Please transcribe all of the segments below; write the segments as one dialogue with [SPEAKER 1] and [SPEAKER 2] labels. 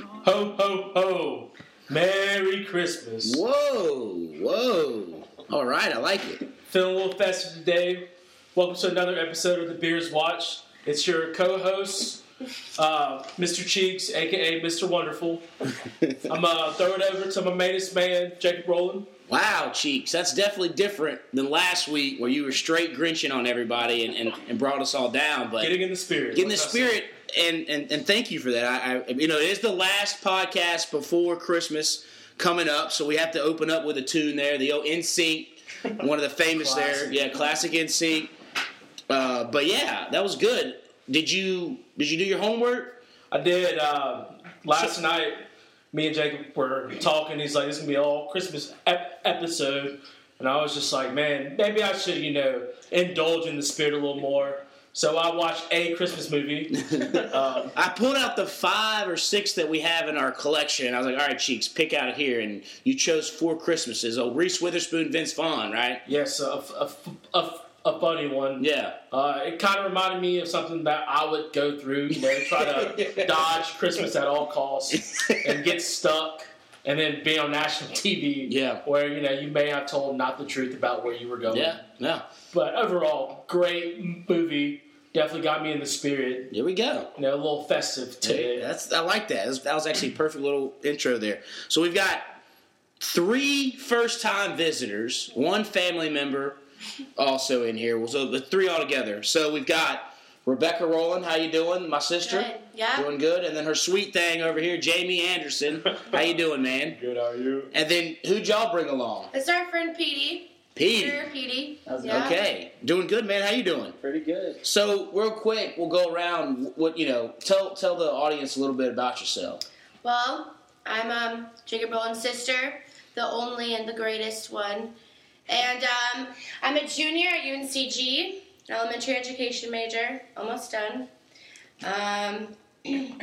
[SPEAKER 1] ho, ho, ho. Merry Christmas.
[SPEAKER 2] Whoa, whoa. All right, I like it.
[SPEAKER 1] Feeling a little festive today. Welcome to another episode of the Beers Watch. It's your co host, uh, Mr. Cheeks, aka Mr. Wonderful. I'm uh, throwing it over to my mainest man, Jacob Rowland.
[SPEAKER 2] Wow, Cheeks, that's definitely different than last week where you were straight grinching on everybody and, and, and brought us all down. But
[SPEAKER 1] Getting in the spirit.
[SPEAKER 2] get in the
[SPEAKER 1] What can I say?
[SPEAKER 2] spirit and, and and thank you for that I, I you know it is the last podcast before christmas coming up so we have to open up with a tune there the old in sync one of the famous there
[SPEAKER 1] Classic.
[SPEAKER 2] yeah classic in sync uh, but yeah that was good did you did you do your homework
[SPEAKER 1] I did uh, last night. Me and Jacob were talking. He's like, "This is gonna be all Christmas ep- episode," and I was just like, "Man, maybe I should, you know, indulge in the spirit a little more." So I watched a Christmas movie. um,
[SPEAKER 2] i pulled out the five or six that we have in our collection i was like all right cheeks pick out of here and you chose four christmases oh reese witherspoon vince vaughn right
[SPEAKER 1] yes, a, a, a, a funny one.
[SPEAKER 2] yeah
[SPEAKER 1] Uh, it kind of reminded me of something that I would go through, you know, try to dodge Christmas at all costs and get stuck, and then be on national TV,
[SPEAKER 2] Yeah.
[SPEAKER 1] where you know you may have told not the truth about where you were going.
[SPEAKER 2] yeah no
[SPEAKER 1] But overall, great movie. Definitely got me in the spirit.
[SPEAKER 2] here we go
[SPEAKER 1] You know, a little festive today.
[SPEAKER 2] That's I like that. That's- That was actually a perfect little intro there. So we've got three first time visitors, one family member also in here. Well, So the three all together. So we've got Rebecca Rowland, how you doing? My sister,
[SPEAKER 3] Good. Yeah.
[SPEAKER 2] doing good. And then her sweet thing over here, Jamie Anderson, how you doing, man?
[SPEAKER 1] Good, are you?
[SPEAKER 2] And then who'd y'all bring along?
[SPEAKER 3] It's our friend Petey.
[SPEAKER 2] Pete.
[SPEAKER 3] Peter Petey.
[SPEAKER 4] How's it
[SPEAKER 3] Yeah.
[SPEAKER 2] Okay, doing good, man. How you doing?
[SPEAKER 4] Pretty good.
[SPEAKER 2] So real quick, we'll go around. What you know? Tell tell the audience a little bit about yourself.
[SPEAKER 3] Well, I'm um, Jacob Bowen's sister, the only and the greatest one. And um, I'm a junior at UNCG, an elementary education major. Almost done. Um,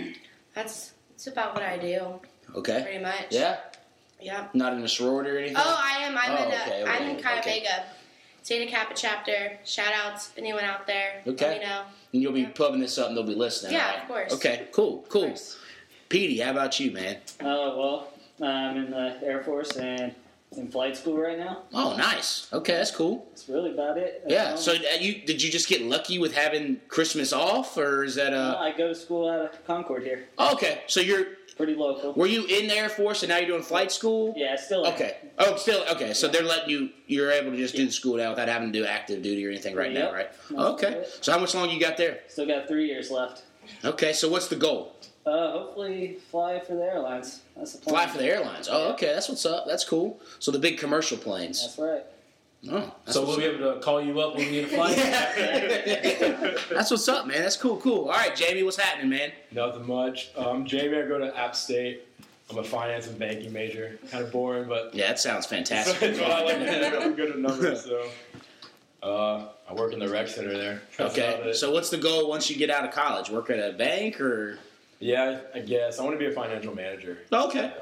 [SPEAKER 3] that's, that's about what I do,
[SPEAKER 2] Okay.
[SPEAKER 3] pretty much.
[SPEAKER 2] Yeah,
[SPEAKER 3] Yeah.
[SPEAKER 2] not in a sorority or anything.
[SPEAKER 3] Oh, I am. I'm
[SPEAKER 2] Oh,
[SPEAKER 3] in. A,
[SPEAKER 2] okay,
[SPEAKER 3] I'm in
[SPEAKER 2] okay,
[SPEAKER 3] Chi
[SPEAKER 2] okay.
[SPEAKER 3] Vega, Zeta Kappa chapter. Shout outs, anyone out there?
[SPEAKER 2] Okay.
[SPEAKER 3] Let me know.
[SPEAKER 2] and you'll be pubbing this up, and they'll be listening.
[SPEAKER 3] Yeah,
[SPEAKER 2] right?
[SPEAKER 3] of course.
[SPEAKER 2] Okay, cool,
[SPEAKER 3] Of
[SPEAKER 2] cool.
[SPEAKER 3] course.
[SPEAKER 2] Petey, how about you, man?
[SPEAKER 4] Uh, well, I'm in the Air Force and in flight school right now.
[SPEAKER 2] Oh, nice. Okay, that's cool.
[SPEAKER 4] That's really about it.
[SPEAKER 2] Yeah.
[SPEAKER 4] Um,
[SPEAKER 2] So, uh, you did you just get lucky with having Christmas off, or is that
[SPEAKER 4] uh,
[SPEAKER 2] a?
[SPEAKER 4] I go to school out of Concord here.
[SPEAKER 2] Oh, okay, so you're
[SPEAKER 4] Pretty local.
[SPEAKER 2] were you in the Air Force and now you're doing flight school?
[SPEAKER 4] Yeah, still. am.
[SPEAKER 2] Okay. Oh, still okay. So they're letting you. You're able to just do the school now without having to do active duty or anything right now,
[SPEAKER 4] Yep.
[SPEAKER 2] right?
[SPEAKER 4] That's
[SPEAKER 2] Okay.
[SPEAKER 4] it.
[SPEAKER 2] So how much longer you got there?
[SPEAKER 4] Still got three years left.
[SPEAKER 2] Okay. So what's the goal?
[SPEAKER 4] Uh, hopefully fly for the airlines. That's the
[SPEAKER 2] Fly
[SPEAKER 4] plan.
[SPEAKER 2] for the airlines. Oh, okay. That's what's up. That's cool. So the big commercial planes.
[SPEAKER 4] That's right.
[SPEAKER 2] Oh, that's
[SPEAKER 1] So we'll
[SPEAKER 2] what's
[SPEAKER 1] be
[SPEAKER 2] up.
[SPEAKER 1] able to call you up when we get a flight.
[SPEAKER 2] that's what's up, man. That's cool, cool. All right, Jamie, what's happening, man?
[SPEAKER 5] Nothing much. Um, Jamie, I go to App State. I'm a finance and banking major. Kind of boring, but
[SPEAKER 2] Yeah, that sounds
[SPEAKER 5] that's
[SPEAKER 2] fantastic.
[SPEAKER 5] what I like to do. I'm good at numbers, so. Uh, I work in the rec center there. That's about
[SPEAKER 2] Okay,
[SPEAKER 5] it.
[SPEAKER 2] so what's the goal once you get out of college? Work at a bank or
[SPEAKER 5] yeah, I guess I want to be a financial manager.
[SPEAKER 2] okay?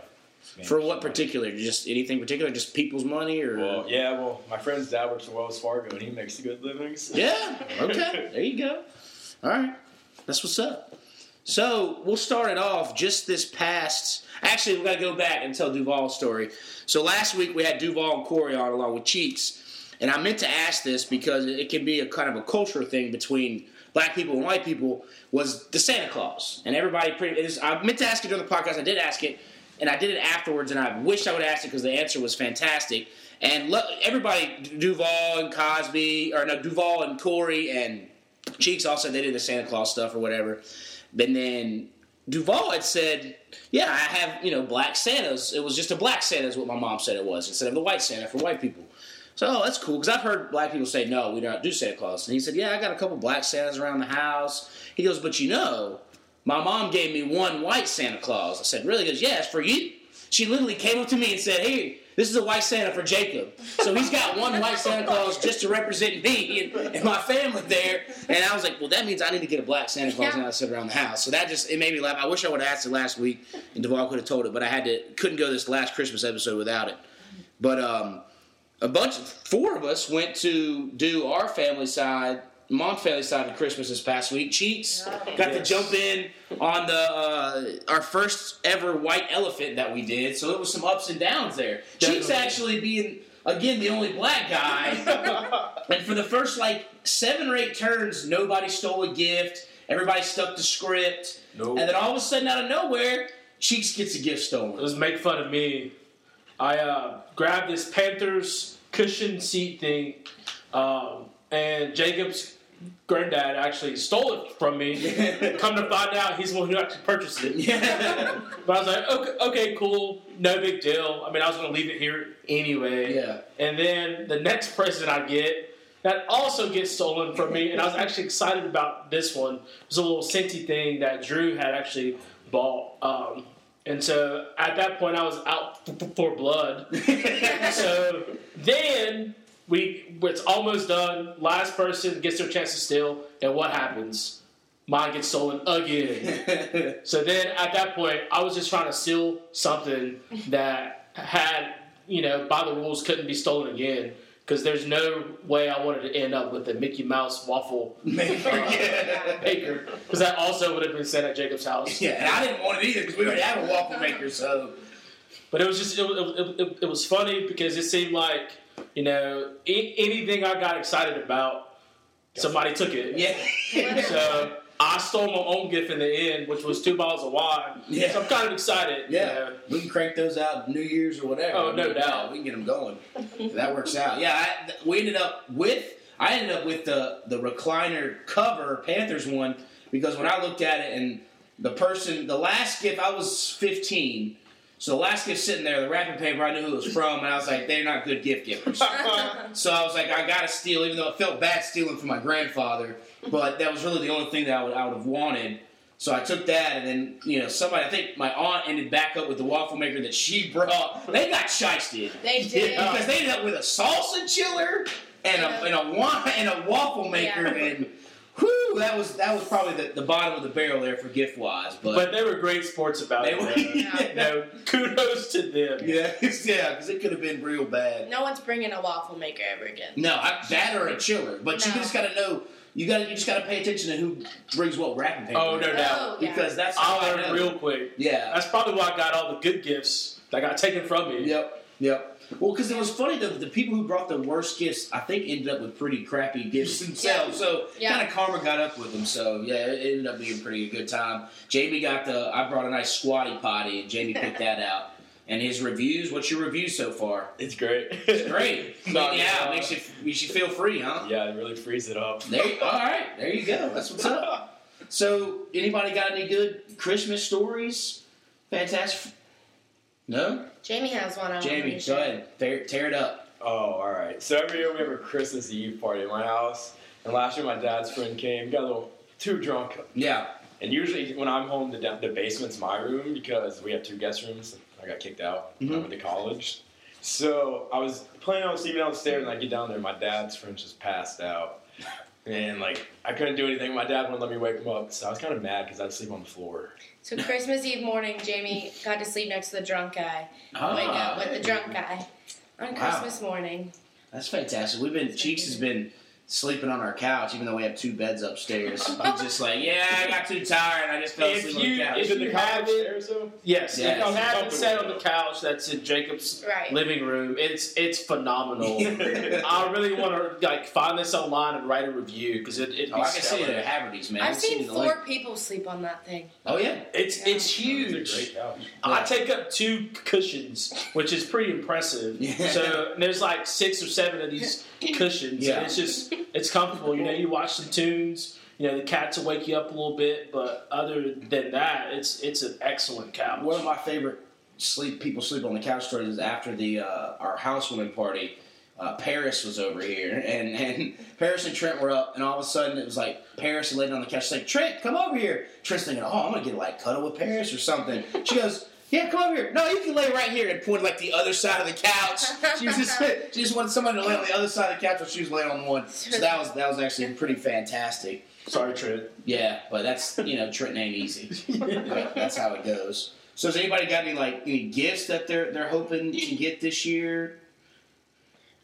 [SPEAKER 5] Yeah.
[SPEAKER 2] For what particular? Just anything particular? Just people's money or?
[SPEAKER 5] Well, yeah. Well, my friend's dad works at Wells Fargo, and he makes a good living. So.
[SPEAKER 2] Yeah. Okay. There you go. All right. That's what's up. So we'll start it off just this past. Actually, we got to go back and tell Duval's story. So last week we had Duval and Corey on along with Cheeks, and I meant to ask this because it can be a kind of a cultural thing between black people and white people. Was the Santa Claus and everybody pretty? It is, I meant to ask it during the podcast. I did ask it, and I did it afterwards, and I wish I would ask it because the answer was fantastic. And lo- everybody, Duval and Cosby, or no, Duval and Corey and Cheeks also they did the Santa Claus stuff or whatever. And then Duval had said, "Yeah, I have you know black Santas. It was just a black Santa is what my mom said it was instead of the white Santa for white people." So oh, that's cool because I've heard black people say, "No, we don't do Santa Claus." And he said, "Yeah, I got a couple black Santas around the house." He goes, "But you know, my mom gave me one white Santa Claus." I said, "Really?" He goes, "Yeah, it's for you." She literally came up to me and said, "Hey." This is a white Santa for Jacob. So he's got one white Santa Claus just to represent me and, and my family there. And I was like, well, that means I need to get a black Santa Claus
[SPEAKER 3] Yeah.
[SPEAKER 2] now sit around the house. So that just it made me laugh. I wish I would have asked it last week, and Duval could have told it, but I had to couldn't go this last Christmas episode without it. But um, a bunch, four of us went to do our family side Montfaley side of Christmas this past week. Cheeks
[SPEAKER 3] Yeah.
[SPEAKER 2] got
[SPEAKER 1] Yes.
[SPEAKER 2] to jump in on the uh, our first ever white elephant that we did, so it was some ups and downs there. Cheeks
[SPEAKER 1] Definitely.
[SPEAKER 2] actually being again the only black guy, and for the first like seven or eight turns, nobody stole a gift. Everybody stuck to script,
[SPEAKER 5] No.
[SPEAKER 2] and then all of a sudden, out of nowhere, Cheeks gets a gift stolen.
[SPEAKER 1] Just make fun of me. I uh, grabbed this Panthers cushion seat thing, um, and Jacob's granddad actually stole it from me. Come to find out, he's the one who actually purchased it.
[SPEAKER 2] yeah.
[SPEAKER 1] But I was like, okay, okay, cool, no big deal. I mean, I was gonna leave it here anyway.
[SPEAKER 2] Yeah.
[SPEAKER 1] And then the next present I get that also gets stolen from me, and I was actually excited about this one. It was a little scenty thing that Drew had actually bought. Um, and so at that point, I was out f- f- for blood. so then we, it's almost done. Last person gets their chance to steal, and what happens? Mine gets stolen again. So then at that point, I was just trying to steal something that had, you know, by the rules couldn't be stolen again. Because there's no way I wanted to end up with a Mickey Mouse waffle Oh,
[SPEAKER 2] yeah.
[SPEAKER 1] baker. Because that also would have been sent at Jacob's house.
[SPEAKER 2] Yeah, and I didn't want it either because we already have a waffle maker, so.
[SPEAKER 1] But it was just, it, was- it, it, it was funny because it seemed like, you know, a- anything I got excited about, somebody took it.
[SPEAKER 2] Yeah.
[SPEAKER 1] So I stole my own gift in the end, which was two bottles of wine.
[SPEAKER 2] Yeah.
[SPEAKER 1] So I'm kind of excited. you know.
[SPEAKER 2] Yeah, we can crank those out New Year's or whatever.
[SPEAKER 1] Oh, no doubt.
[SPEAKER 2] we can get them going. If that works out. Yeah, I, th- we ended up with I ended up with the the recliner cover Panthers one because when I looked at it and the person the last gift I was 15, so the last gift sitting there the wrapping paper I knew who it was from and I was like they're not good gift givers. So I was like, I gotta steal, even though I felt bad stealing from my grandfather, but that was really the only thing that I would, I would have wanted. So I took that, and then you know somebody, I think my aunt ended back up with the waffle maker that she brought. They got shysted
[SPEAKER 3] They did.
[SPEAKER 2] Yeah, because they ended up with a salsa chiller and a and a wine and a waffle maker,
[SPEAKER 3] Yeah.
[SPEAKER 2] and whew, that was that was probably the, the bottom of the barrel there for gift wise. But,
[SPEAKER 1] But they were great sports about
[SPEAKER 2] they
[SPEAKER 1] it.
[SPEAKER 2] were,
[SPEAKER 1] man.
[SPEAKER 2] yeah, yeah,
[SPEAKER 1] no, kudos to them.
[SPEAKER 2] because it could have been real bad.
[SPEAKER 3] No one's bringing a waffle maker ever again.
[SPEAKER 2] No, I, that or a chiller. But you
[SPEAKER 3] No.
[SPEAKER 2] just gotta know. You gotta. You just gotta pay attention to who brings what wrapping paper.
[SPEAKER 1] Oh, no doubt.
[SPEAKER 3] yeah.
[SPEAKER 2] Because that's how
[SPEAKER 1] I
[SPEAKER 2] know.
[SPEAKER 1] learned real quick.
[SPEAKER 2] Yeah.
[SPEAKER 1] That's probably why I got all the good gifts that got taken from me.
[SPEAKER 2] Yep. Yep. Well, because it was funny the, the people who brought the worst gifts, I think, ended up with pretty crappy gifts themselves. So
[SPEAKER 3] Yeah.
[SPEAKER 2] kind of karma got up with them. So yeah, it ended up being a pretty good time. Jamie got the. I brought a nice squatty potty, and Jamie picked that out. And his reviews. What's your review so far?
[SPEAKER 5] It's great.
[SPEAKER 2] It's great.
[SPEAKER 5] No,
[SPEAKER 2] yeah,
[SPEAKER 5] no.
[SPEAKER 2] makes you makes you feel free, huh?
[SPEAKER 5] yeah, it really frees it up.
[SPEAKER 2] There you, all right, there you go. That's what's up. So, anybody got any good Christmas stories? Fantastic. No,
[SPEAKER 3] Jamie has one. I
[SPEAKER 2] Jamie, go ahead. Tear, tear it up.
[SPEAKER 5] Oh, all right. So every year we have a Christmas Eve party at my house, and last year my dad's friend came, got a little too drunk,
[SPEAKER 2] Yeah,
[SPEAKER 5] and usually when I'm home, the, da- the basement's my room because we have two guest rooms. I got kicked out when I
[SPEAKER 2] Mhm.
[SPEAKER 5] went to college, so I was planning on sleeping downstairs, and I get down there, my dad's friend just passed out, and like I couldn't do anything. My dad wouldn't let me wake him up, so I was kind of mad because I'd sleep on the floor.
[SPEAKER 3] So Christmas Eve morning, Jamie got to sleep next to the drunk guy. Wake up with the drunk guy on
[SPEAKER 2] Ah. Wow.
[SPEAKER 3] Christmas morning.
[SPEAKER 2] that's fantastic. We've been Cheeks has been sleeping on our couch, even though we have two beds upstairs. He's just like, yeah, I got too tired. I just fell
[SPEAKER 1] If
[SPEAKER 2] asleep on the
[SPEAKER 1] you-
[SPEAKER 2] couch.
[SPEAKER 1] if
[SPEAKER 5] Is it the
[SPEAKER 1] you
[SPEAKER 5] college
[SPEAKER 1] have it-
[SPEAKER 5] stairs though?
[SPEAKER 1] Yes,
[SPEAKER 2] Yes.
[SPEAKER 1] if you haven't sat on the
[SPEAKER 5] Comfortable.
[SPEAKER 1] couch that's in Jacob's
[SPEAKER 3] Right.
[SPEAKER 1] living room, it's it's phenomenal. I really want to like find this online and write a review because it, it'd be
[SPEAKER 2] Oh, I can see it
[SPEAKER 1] stellar.
[SPEAKER 2] at Haverty's, man.
[SPEAKER 3] I've
[SPEAKER 2] It's
[SPEAKER 3] seen
[SPEAKER 2] the
[SPEAKER 3] four
[SPEAKER 2] link.
[SPEAKER 3] people sleep on that thing.
[SPEAKER 2] Oh yeah,
[SPEAKER 1] It's
[SPEAKER 3] Yeah.
[SPEAKER 1] it's
[SPEAKER 5] It's a
[SPEAKER 1] huge.
[SPEAKER 5] great couch.
[SPEAKER 1] I take up two cushions, which is pretty impressive.
[SPEAKER 2] Yeah.
[SPEAKER 1] So and there's like six or seven of these cushions.
[SPEAKER 2] Yeah.
[SPEAKER 1] And it's just it's comfortable. You know, you watch some tunes. You know, the cats will wake you up a little bit, but other than that, it's it's an excellent couch.
[SPEAKER 2] One of my favorite sleep people sleep on the couch stories is after the uh, our housewarming party. Uh, Paris was over here, and, and Paris and Trent were up, and all of a sudden it was like Paris laying on the couch, she's like Trent, come over here. Trent's thinking, oh, I'm gonna get like cuddle with Paris or something. She goes, yeah, come over here. No, you can lay right here, and pointed like the other side of the couch. She was just she just wanted somebody to lay on the other side of the couch while she was laying on the one. So that was that was actually pretty fantastic.
[SPEAKER 1] Sorry, Trent.
[SPEAKER 2] Yeah, but that's you know Trenton ain't easy. Yeah, that's how it goes. So has anybody got any like any gifts that they're they're hoping to get this year?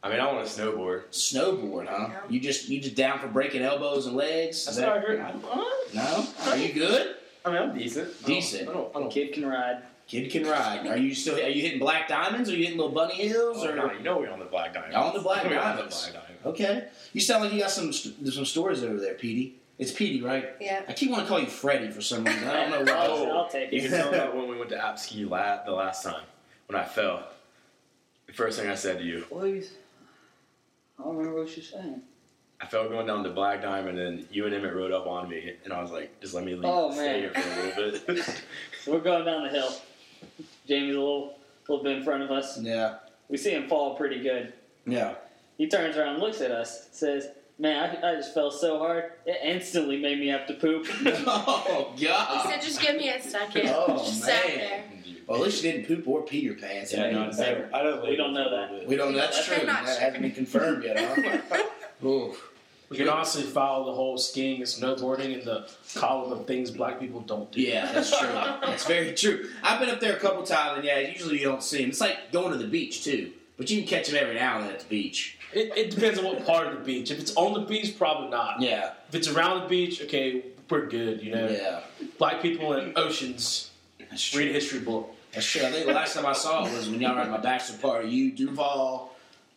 [SPEAKER 5] I mean, I want to snowboard.
[SPEAKER 2] Snowboard, huh? You just you just down for breaking elbows and legs? Is
[SPEAKER 5] That's
[SPEAKER 2] that-
[SPEAKER 5] what I heard. I, I
[SPEAKER 2] no? Are you good?
[SPEAKER 5] mean, I'm decent. I don't-
[SPEAKER 2] Decent.
[SPEAKER 5] I don't. I don't.
[SPEAKER 4] Kid can ride.
[SPEAKER 2] Kid can ride. Are you still are you hitting black diamonds? Are you hitting little bunny hills?
[SPEAKER 5] Oh,
[SPEAKER 2] Or
[SPEAKER 5] no, you know we're on the black diamond.
[SPEAKER 2] On the black
[SPEAKER 5] We're on the
[SPEAKER 2] diamonds.
[SPEAKER 5] black diamond.
[SPEAKER 2] okay, you sound like you got some st- some stories over there, Petey. It's Petey, right?
[SPEAKER 3] Yeah.
[SPEAKER 2] I keep wanting to call you Freddy for some reason. I don't know why.
[SPEAKER 5] Oh.
[SPEAKER 4] I'll take
[SPEAKER 5] You
[SPEAKER 4] it.
[SPEAKER 5] can tell that when we went to Apski la- the last time when I fell. The first thing I said to you,
[SPEAKER 4] Please. I don't remember what you're saying.
[SPEAKER 5] I fell going down the black diamond, and you and Emmett rode up on me, and I was like, "Just let me leave,
[SPEAKER 4] Oh,
[SPEAKER 5] stay
[SPEAKER 4] man.
[SPEAKER 5] here for a little bit."
[SPEAKER 4] We're going down the hill. Jamie's a little, little bit in front of us.
[SPEAKER 2] Yeah,
[SPEAKER 4] We see him fall pretty good.
[SPEAKER 2] yeah.
[SPEAKER 4] He turns around, and looks at us, says, "Man, I, I just fell so hard. It instantly made me have to poop."
[SPEAKER 2] oh
[SPEAKER 3] He
[SPEAKER 2] God.
[SPEAKER 3] said, just give me a second.
[SPEAKER 2] Oh,
[SPEAKER 3] just sat
[SPEAKER 2] man.
[SPEAKER 3] there.
[SPEAKER 2] Well, at least you didn't poop or pee your pants.
[SPEAKER 5] yeah,
[SPEAKER 2] I mean,
[SPEAKER 5] no, it's never- I don't.
[SPEAKER 4] We
[SPEAKER 5] leave
[SPEAKER 4] don't
[SPEAKER 5] for a
[SPEAKER 4] know
[SPEAKER 5] little
[SPEAKER 4] that.
[SPEAKER 5] bit.
[SPEAKER 2] we don't. That's
[SPEAKER 3] They're
[SPEAKER 2] true.
[SPEAKER 3] not
[SPEAKER 2] That
[SPEAKER 3] sure.
[SPEAKER 2] hasn't been confirmed yet. Huh? Oof.
[SPEAKER 1] We can honestly follow the whole skiing and snowboarding in the column of things black people don't do.
[SPEAKER 2] Yeah, that's true. that's very true. I've been up there a couple times, and yeah, usually you don't see them. It's like going to the beach too, but you can catch them every now and then at the beach.
[SPEAKER 1] It, it depends on what part of the beach. If it's on the beach, probably not.
[SPEAKER 2] Yeah,
[SPEAKER 1] If it's around the beach, okay, we're good. You know,
[SPEAKER 2] yeah.
[SPEAKER 1] black people in oceans.
[SPEAKER 2] That's true.
[SPEAKER 1] Read a history book.
[SPEAKER 2] That's true. I think the last time I saw it was when y'all were at my bachelor party. You, Duval.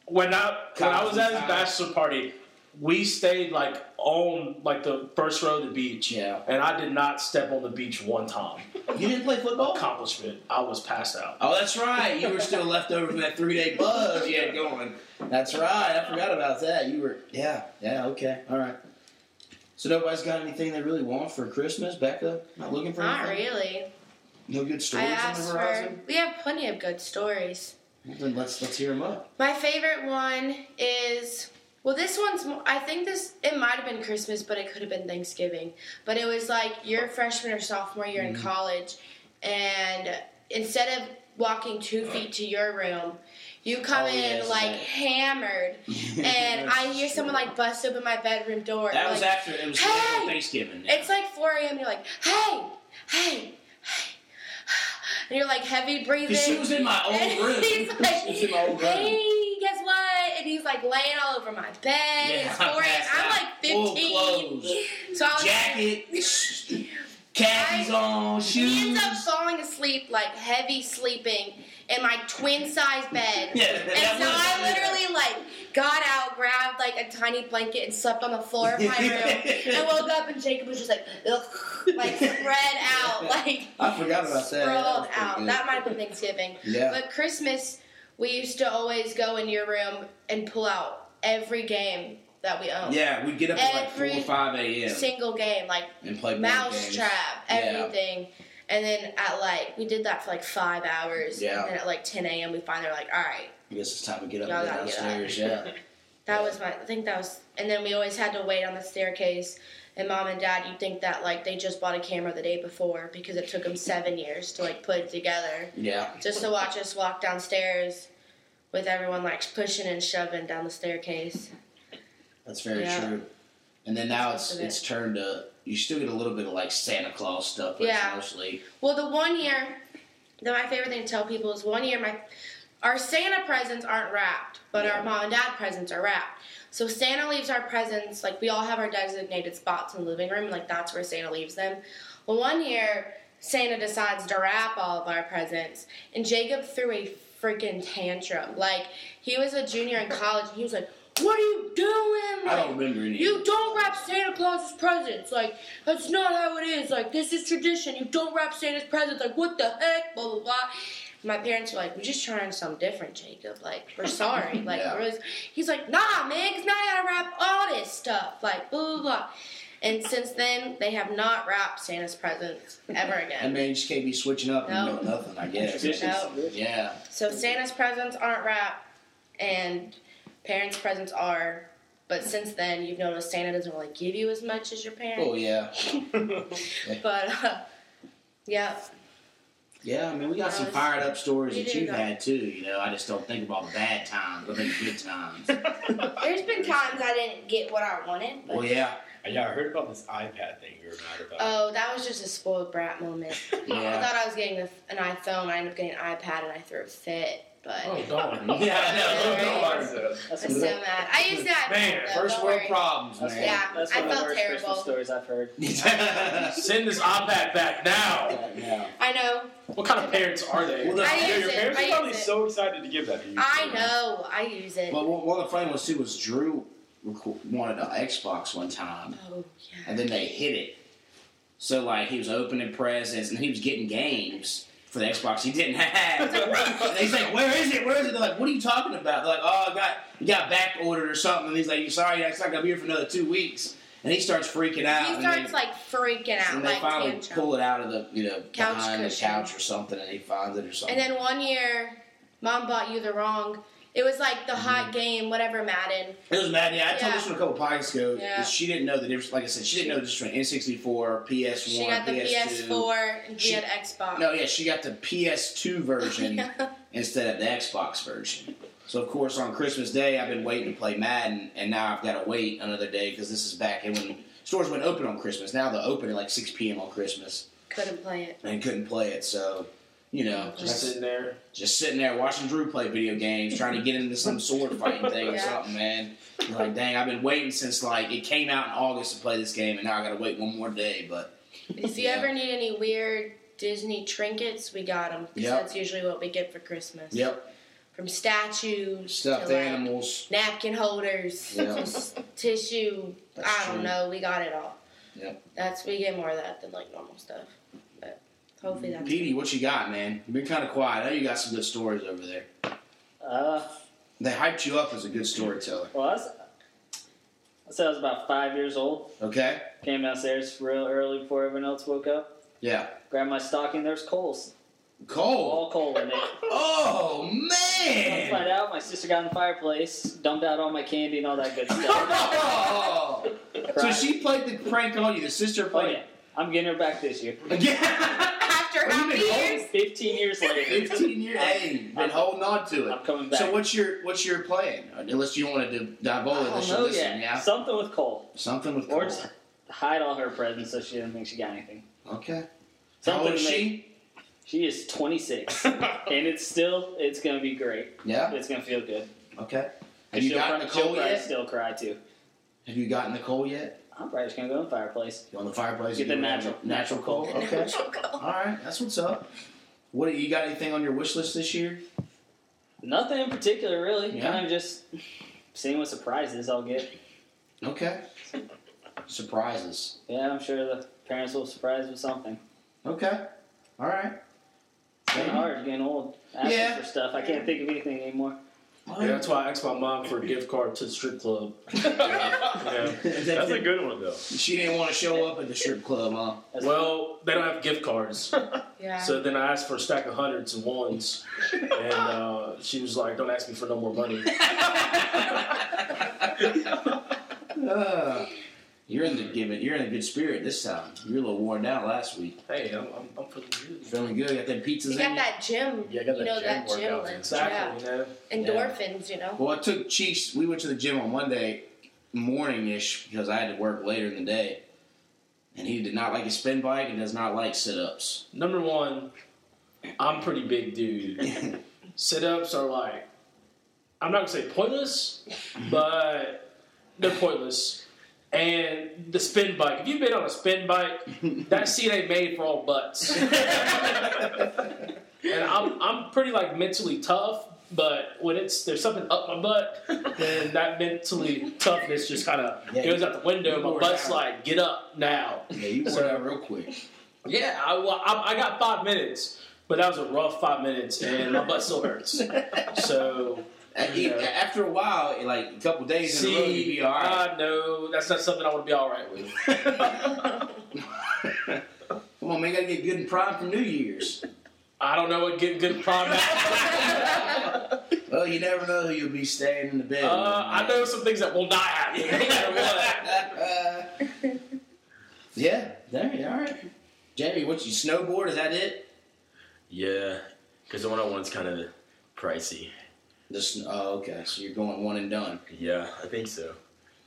[SPEAKER 1] When I when I was at his
[SPEAKER 2] Kyle.
[SPEAKER 1] bachelor party, we stayed like on like the first row of the beach.
[SPEAKER 2] Yeah.
[SPEAKER 1] And I did not step on the beach one time.
[SPEAKER 2] You didn't play football?
[SPEAKER 1] Accomplishment. I was passed out.
[SPEAKER 2] Oh, that's right. You were still left over from that three day buzz you had going. That's right. I forgot about that. You were, yeah, yeah, okay. All right. So nobody's got anything they really want for Christmas, Becca? Not looking for
[SPEAKER 3] Not
[SPEAKER 2] anything?
[SPEAKER 3] really.
[SPEAKER 2] No good
[SPEAKER 3] I
[SPEAKER 2] stories on the
[SPEAKER 3] asked for.
[SPEAKER 2] horizon?
[SPEAKER 3] We have plenty of good stories.
[SPEAKER 2] Well, then let's, let's hear them up.
[SPEAKER 3] My favorite one is well, this one's. mo- I think this it might have been Christmas, but it could have been Thanksgiving. But it was like your freshman or sophomore year
[SPEAKER 2] Mm-hmm.
[SPEAKER 3] in college, and instead of walking two feet to your room, you come
[SPEAKER 2] Oh,
[SPEAKER 3] in
[SPEAKER 2] yes,
[SPEAKER 3] like
[SPEAKER 2] right.
[SPEAKER 3] hammered, and I hear someone like bust open my bedroom door.
[SPEAKER 2] That
[SPEAKER 3] and,
[SPEAKER 2] was
[SPEAKER 3] like,
[SPEAKER 2] after, it was
[SPEAKER 3] Hey!
[SPEAKER 2] Thanksgiving. yeah.
[SPEAKER 3] It's like 4 a.m. and You're like, hey, hey, hey. And you're like heavy breathing.
[SPEAKER 2] Because she was in my
[SPEAKER 3] And
[SPEAKER 2] old room.
[SPEAKER 3] he's like,
[SPEAKER 2] she was in my old room.
[SPEAKER 3] hey, guess what? And he's like laying all over my bed.
[SPEAKER 2] Yeah,
[SPEAKER 3] it's 4 a.m. I'm
[SPEAKER 2] passed
[SPEAKER 3] like
[SPEAKER 2] out. Full
[SPEAKER 3] 15. So I was
[SPEAKER 2] Jacket, khakis on, shoes.
[SPEAKER 3] He ends up falling asleep, like heavy sleeping, in my twin size bed.
[SPEAKER 2] Yeah, that- that
[SPEAKER 3] and so
[SPEAKER 2] was-
[SPEAKER 3] I literally like got out, grabbed like a tiny blanket, and slept on the floor of my room. and woke up, and Jacob was just like, ugh, like spread out, like
[SPEAKER 2] I forgot about that. That was
[SPEAKER 3] sprawled
[SPEAKER 2] pretty
[SPEAKER 3] out.
[SPEAKER 2] good.
[SPEAKER 3] That might have been Thanksgiving.
[SPEAKER 2] Yeah.
[SPEAKER 3] But Christmas, we used to always go in your room and pull out every game that we owned.
[SPEAKER 2] Yeah, we get up at like 4 or
[SPEAKER 3] Every
[SPEAKER 2] 5 a.m.
[SPEAKER 3] Single game, like
[SPEAKER 2] and play board games.
[SPEAKER 3] mousetrap,
[SPEAKER 2] Yeah.
[SPEAKER 3] everything. And then at like we did that for like five hours.
[SPEAKER 2] Yeah.
[SPEAKER 3] And then at like ten a.m. we finally were like, all right,
[SPEAKER 2] I guess it's time to get up
[SPEAKER 3] Y'all
[SPEAKER 2] and go
[SPEAKER 3] gotta get up.
[SPEAKER 2] downstairs. Yeah.
[SPEAKER 3] that
[SPEAKER 2] Yeah.
[SPEAKER 3] was my. I think that was. And then we always had to wait on the staircase. And mom and dad, you'd think that like they just bought a camera the day before because it took them seven years to like put it together,
[SPEAKER 2] Yeah.
[SPEAKER 3] just to watch us walk downstairs with everyone like pushing and shoving down the staircase.
[SPEAKER 2] That's very
[SPEAKER 3] Yeah.
[SPEAKER 2] true. And then now it's
[SPEAKER 3] That's most of
[SPEAKER 2] it's turned to you still get a little bit of like Santa Claus stuff, but
[SPEAKER 3] Yeah.
[SPEAKER 2] it's mostly
[SPEAKER 3] Well, the one year, the, my favorite thing to tell people is one year my our Santa presents aren't wrapped, but
[SPEAKER 2] Yeah.
[SPEAKER 3] our mom and dad presents are wrapped. So Santa leaves our presents like we all have our designated spots in the living room, like that's where Santa leaves them. Well, one year Santa decides to wrap all of our presents, and Jacob threw a freaking tantrum. Like he was a junior in college, and he was like, "What are you doing?"
[SPEAKER 2] I
[SPEAKER 3] Like,
[SPEAKER 2] don't remember any.
[SPEAKER 3] you don't wrap Santa Claus's presents. Like, that's not how it is. Like, this is tradition. You don't wrap Santa's presents. Like, what the heck? Blah, blah, blah. My parents were like, we're just trying something different, Jacob. Like, we're sorry. Like,
[SPEAKER 2] Yeah.
[SPEAKER 3] we're just- he's like, nah, man, because now I gotta wrap all this stuff. Like, blah, blah, blah. And since then, they have not wrapped Santa's presents ever
[SPEAKER 2] I
[SPEAKER 3] again.
[SPEAKER 2] mean, you just can't be switching up
[SPEAKER 3] No.
[SPEAKER 2] and doing nothing. I guess.
[SPEAKER 4] Traditions.
[SPEAKER 2] Yeah.
[SPEAKER 3] So Santa's presents aren't wrapped, and parents' presents are. But since then, you've noticed Santa doesn't really give you as much as your parents.
[SPEAKER 2] Oh yeah.
[SPEAKER 3] But uh, yeah,
[SPEAKER 2] Yeah. I mean, we got some
[SPEAKER 3] Yes.
[SPEAKER 2] fired up stories
[SPEAKER 3] We
[SPEAKER 2] that
[SPEAKER 3] do
[SPEAKER 2] you've
[SPEAKER 3] got-
[SPEAKER 2] had too. You know, I just don't think about bad times. I think good times.
[SPEAKER 3] there's been times I didn't get what I wanted. But,
[SPEAKER 2] well, yeah.
[SPEAKER 5] And yeah, I heard about this iPad thing you were mad about.
[SPEAKER 3] Oh, that was just a spoiled brat moment. I
[SPEAKER 2] Yeah.
[SPEAKER 3] thought I was getting a, an iPhone. I ended up getting an iPad, and I threw a fit. but
[SPEAKER 1] Oh, darn.
[SPEAKER 2] Yeah, I know.
[SPEAKER 3] Right.
[SPEAKER 4] That's
[SPEAKER 3] I'm so mad. I used that.
[SPEAKER 1] Man,
[SPEAKER 3] though,
[SPEAKER 2] First
[SPEAKER 3] don't
[SPEAKER 2] world
[SPEAKER 3] worry.
[SPEAKER 2] problems,
[SPEAKER 4] That's
[SPEAKER 2] man.
[SPEAKER 3] Yeah,
[SPEAKER 4] That's
[SPEAKER 3] I
[SPEAKER 4] one of the
[SPEAKER 3] felt
[SPEAKER 4] worst
[SPEAKER 3] terrible.
[SPEAKER 4] Christmas stories I've heard.
[SPEAKER 1] Send this iPad back now.
[SPEAKER 2] Yeah.
[SPEAKER 3] I know.
[SPEAKER 1] What kind of parents are they?
[SPEAKER 2] Well, the-
[SPEAKER 3] I
[SPEAKER 5] Yeah,
[SPEAKER 3] use
[SPEAKER 5] your
[SPEAKER 3] it.
[SPEAKER 5] parents
[SPEAKER 3] I
[SPEAKER 5] are probably
[SPEAKER 3] use it.
[SPEAKER 5] so excited to give that to you.
[SPEAKER 3] I know. I use it.
[SPEAKER 2] But one one of the funny ones too was Drew reco- wanted an Xbox one time,
[SPEAKER 3] Oh yeah.
[SPEAKER 2] and then they hid it. So like he was opening presents and he was getting games for the Xbox he didn't have. and he's like, "Where is it? Where is it?" They're like, "What are you talking about?" They're like, "Oh, I got you got back ordered or something." And he's like, "You sorry, it's not gonna be here for another two weeks." And he starts freaking out.
[SPEAKER 3] He
[SPEAKER 2] and
[SPEAKER 3] starts
[SPEAKER 2] they-
[SPEAKER 3] like freaking out,
[SPEAKER 2] and they
[SPEAKER 3] like
[SPEAKER 2] finally
[SPEAKER 3] tantrum.
[SPEAKER 2] pull it out of the you know
[SPEAKER 3] Couch
[SPEAKER 2] behind the
[SPEAKER 3] cushion.
[SPEAKER 2] couch or something, and he finds it or something.
[SPEAKER 3] And then one year, mom bought you the wrong. It was like the
[SPEAKER 2] Mm-hmm.
[SPEAKER 3] hot game, whatever Madden.
[SPEAKER 2] It was mad. Yeah, I told this
[SPEAKER 3] Yeah.
[SPEAKER 2] one a couple podcasts ago.
[SPEAKER 3] Yeah.
[SPEAKER 2] that She didn't know the difference. Like I said, she didn't know the difference between N64, PS1,
[SPEAKER 3] She got the
[SPEAKER 2] PS2.
[SPEAKER 3] PS4 and she
[SPEAKER 2] She-
[SPEAKER 3] had Xbox.
[SPEAKER 2] No, yeah, she got the PS2 version
[SPEAKER 3] Yeah.
[SPEAKER 2] instead of the Xbox version. So of course, on Christmas Day, I've been waiting to play Madden, and now I've got to wait another day because this is back and when stores went open on Christmas. Now they're open at like 6 p.m. on Christmas
[SPEAKER 3] Couldn't play it.
[SPEAKER 2] and couldn't play it. So you know,
[SPEAKER 1] Just
[SPEAKER 2] just
[SPEAKER 1] sitting there.
[SPEAKER 2] just sitting there watching Drew play video games, trying to get into some sword fighting thing or
[SPEAKER 3] Yeah.
[SPEAKER 2] something, man. You're like, dang, I've been waiting since like it came out in August to play this game, and now I got to wait one more day. But
[SPEAKER 3] If you
[SPEAKER 2] Yeah.
[SPEAKER 3] ever need any weird Disney trinkets, we got them.
[SPEAKER 2] Yep.
[SPEAKER 3] That's usually what we get for Christmas.
[SPEAKER 2] yep,
[SPEAKER 3] From statues
[SPEAKER 2] stuffed
[SPEAKER 3] to like,
[SPEAKER 2] animals.
[SPEAKER 3] napkin holders,
[SPEAKER 2] Yep.
[SPEAKER 3] just tissue.
[SPEAKER 2] That's
[SPEAKER 3] I
[SPEAKER 2] true.
[SPEAKER 3] don't know. We got it all.
[SPEAKER 2] Yep.
[SPEAKER 3] That's we get more of that than like normal stuff. But hopefully that's
[SPEAKER 2] Petey, what you got, man? You've been kind of quiet. I know you got some good stories over there.
[SPEAKER 4] Uh,
[SPEAKER 2] They hyped you up as a good storyteller.
[SPEAKER 4] well, I was, I said I was about five years old.
[SPEAKER 2] Okay,
[SPEAKER 4] Came downstairs real early before everyone else woke up.
[SPEAKER 2] yeah,
[SPEAKER 4] Grabbed my stocking. There's coals,
[SPEAKER 2] Cole.
[SPEAKER 4] all coal in it.
[SPEAKER 2] Oh
[SPEAKER 4] Come to find
[SPEAKER 2] man.
[SPEAKER 4] out, my sister got in the fireplace, dumped out all my candy and all that good stuff.
[SPEAKER 2] Oh. So
[SPEAKER 4] Cried.
[SPEAKER 2] she played the prank on you. The sister
[SPEAKER 4] Oh, yeah.
[SPEAKER 2] played.
[SPEAKER 4] I'm getting her back this year.
[SPEAKER 2] Yeah.
[SPEAKER 3] Oh, after
[SPEAKER 2] Well,
[SPEAKER 3] how
[SPEAKER 2] you've been
[SPEAKER 3] many years?
[SPEAKER 4] 15 years later,
[SPEAKER 2] 15 years. Hey, been holding on to it.
[SPEAKER 4] I'm coming back.
[SPEAKER 2] So what's your what's your plan? Unless you want to divulge
[SPEAKER 4] I
[SPEAKER 2] it,
[SPEAKER 4] don't
[SPEAKER 2] she'll
[SPEAKER 4] know
[SPEAKER 2] listen.
[SPEAKER 4] yet.
[SPEAKER 2] Oh, Yeah,
[SPEAKER 4] Something with coal.
[SPEAKER 2] something with
[SPEAKER 4] Or
[SPEAKER 2] Cole.
[SPEAKER 4] just hide all her presents so she doesn't think she got anything.
[SPEAKER 2] Okay. How
[SPEAKER 4] Something
[SPEAKER 2] old is
[SPEAKER 4] to make-
[SPEAKER 2] she?
[SPEAKER 4] She is 26, and it's still it's gonna be great.
[SPEAKER 2] Yeah.
[SPEAKER 4] It's gonna feel good.
[SPEAKER 2] Okay. Have
[SPEAKER 4] And
[SPEAKER 2] you
[SPEAKER 4] she'll
[SPEAKER 2] gotten
[SPEAKER 4] cry-
[SPEAKER 2] the
[SPEAKER 4] she'll
[SPEAKER 2] coal
[SPEAKER 4] cry-
[SPEAKER 2] yet?
[SPEAKER 4] Still cry too.
[SPEAKER 2] Have you gotten the coal yet?
[SPEAKER 4] I'm probably just gonna go in the fireplace.
[SPEAKER 2] You on the fireplace?
[SPEAKER 4] Get the
[SPEAKER 2] You
[SPEAKER 4] natural-
[SPEAKER 2] natural coal.
[SPEAKER 4] natural
[SPEAKER 2] Okay.
[SPEAKER 3] Choco.
[SPEAKER 2] All right, that's what's up. What you got? Anything on your wish list this year?
[SPEAKER 4] Nothing in particular, really.
[SPEAKER 2] Yeah.
[SPEAKER 4] Kind of just seeing what surprises I'll get.
[SPEAKER 2] Okay. Surprises.
[SPEAKER 4] Yeah, I'm sure the parents will surprise with something.
[SPEAKER 2] Okay. All right.
[SPEAKER 4] It's been hard getting old, asking
[SPEAKER 2] Yeah.
[SPEAKER 4] for stuff. I can't think of anything anymore.
[SPEAKER 1] Yeah, that's why I asked my mom for a gift card to the strip club. Yeah.
[SPEAKER 5] That's a good one though.
[SPEAKER 2] she didn't want to show up at the strip club, huh?
[SPEAKER 4] That's-
[SPEAKER 1] Well, they don't have gift cards.
[SPEAKER 3] Yeah.
[SPEAKER 1] So then I asked for a stack of hundreds and ones. And uh, she was like, don't ask me for no more money.
[SPEAKER 2] Uh, you're in the giving. You're in a good spirit this time. You're a little worn down last week.
[SPEAKER 1] Hey, I'm, I'm, I'm feeling good.
[SPEAKER 2] Feeling good. Got them pizzas
[SPEAKER 3] you
[SPEAKER 2] in
[SPEAKER 3] got
[SPEAKER 2] you?
[SPEAKER 3] that gym.
[SPEAKER 5] Yeah, I
[SPEAKER 3] you
[SPEAKER 5] got that
[SPEAKER 3] know
[SPEAKER 5] gym
[SPEAKER 3] that gym
[SPEAKER 5] workout.
[SPEAKER 3] lift.
[SPEAKER 1] Exactly, you know?
[SPEAKER 3] Yeah. Endorphins, you know.
[SPEAKER 2] Well, I took Chiefs. We went to the gym on Monday morning ish because I had to work later in the day. And he did not like his spin bike and does not like sit ups.
[SPEAKER 1] Number one, I'm a pretty big dude. Sit ups are like, I'm not gonna say pointless, but they're pointless. And the spin bike. If you've been on a spin bike, that seat ain't made for all butts. and I'm I'm pretty like mentally tough, but when it's there's something up my butt, then that mentally toughness just kind of
[SPEAKER 2] Yeah,
[SPEAKER 1] goes out the window.
[SPEAKER 2] you
[SPEAKER 1] My
[SPEAKER 2] wore
[SPEAKER 1] butt's
[SPEAKER 2] down.
[SPEAKER 1] like, get up now.
[SPEAKER 2] yeah, you wore
[SPEAKER 1] So-
[SPEAKER 2] out real quick.
[SPEAKER 1] Yeah, I, well, I, I got five minutes, but that was a rough five minutes, and my butt still hurts. So,
[SPEAKER 2] And he-
[SPEAKER 1] Yeah.
[SPEAKER 2] After a while, in like a couple days in a row, you'd
[SPEAKER 1] see, uh,
[SPEAKER 2] be all right.
[SPEAKER 1] I know that's not something I want to be all right with.
[SPEAKER 2] Come on, man, you gotta get good and prime for New Year's.
[SPEAKER 1] I don't know what getting good prime
[SPEAKER 2] Well, you never know who you'll be staying in the bed.
[SPEAKER 1] uh, I know some things that will not happen. no matter what.
[SPEAKER 2] with. yeah, there you all right. Jamie, what you snowboard? Is that it?
[SPEAKER 5] Yeah, because the one I want's kind of pricey.
[SPEAKER 2] This, oh, okay. So you're going one and done.
[SPEAKER 5] Yeah, I think so.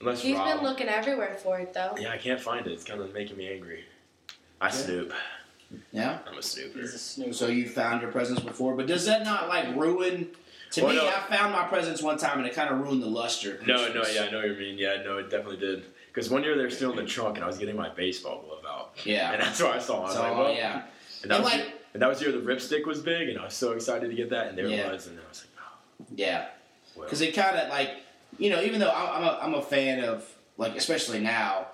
[SPEAKER 5] Unless
[SPEAKER 3] He's
[SPEAKER 5] Rob.
[SPEAKER 3] been looking everywhere for it though.
[SPEAKER 5] yeah, I can't find it. It's kind of making me angry. I snoop.
[SPEAKER 2] Yeah.
[SPEAKER 5] I'm a snooper.
[SPEAKER 4] He's a snooper.
[SPEAKER 2] So you found your presence before, but does that not like ruin To
[SPEAKER 5] Well,
[SPEAKER 2] me,
[SPEAKER 5] no.
[SPEAKER 2] I found my presence one time and it kind of ruined the luster.
[SPEAKER 5] No, no, yeah, I know what you mean. Yeah, no, it definitely did. Because one year they were still in the trunk, and I was getting my baseball glove out,
[SPEAKER 2] Yeah.
[SPEAKER 5] and that's what I saw. I was
[SPEAKER 2] so,
[SPEAKER 5] like, well,
[SPEAKER 2] yeah.
[SPEAKER 5] and that
[SPEAKER 2] And
[SPEAKER 5] was
[SPEAKER 2] like-
[SPEAKER 5] the- and that was the year the ripstick was big, and I was so excited to get that, and there
[SPEAKER 2] Yeah.
[SPEAKER 5] it was, and I was like, oh,
[SPEAKER 2] Yeah.
[SPEAKER 5] well.
[SPEAKER 2] because it kind of like you know even though I'm I'm a, I'm a fan of like especially now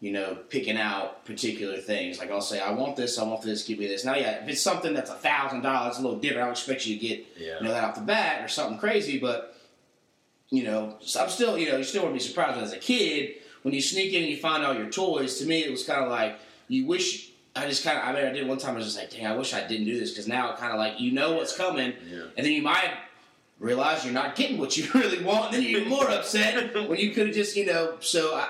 [SPEAKER 2] you know picking out particular things like i'll say i want this i want this give me this now yeah if it's something that's a thousand dollars a little different i would expect you to get
[SPEAKER 5] yeah,
[SPEAKER 2] you know that off the bat or something crazy but you know so i'm still you know you still want to be surprised But as a kid when you sneak in and you find all your toys to me it was kind of like you wish i just kind of i mean i did one time i was just like dang i wish i didn't do this because now it kind of like you know what's coming
[SPEAKER 5] yeah.
[SPEAKER 2] and then you might realize you're not getting what you really want, and then you're even more upset when you could have just, you know. So I,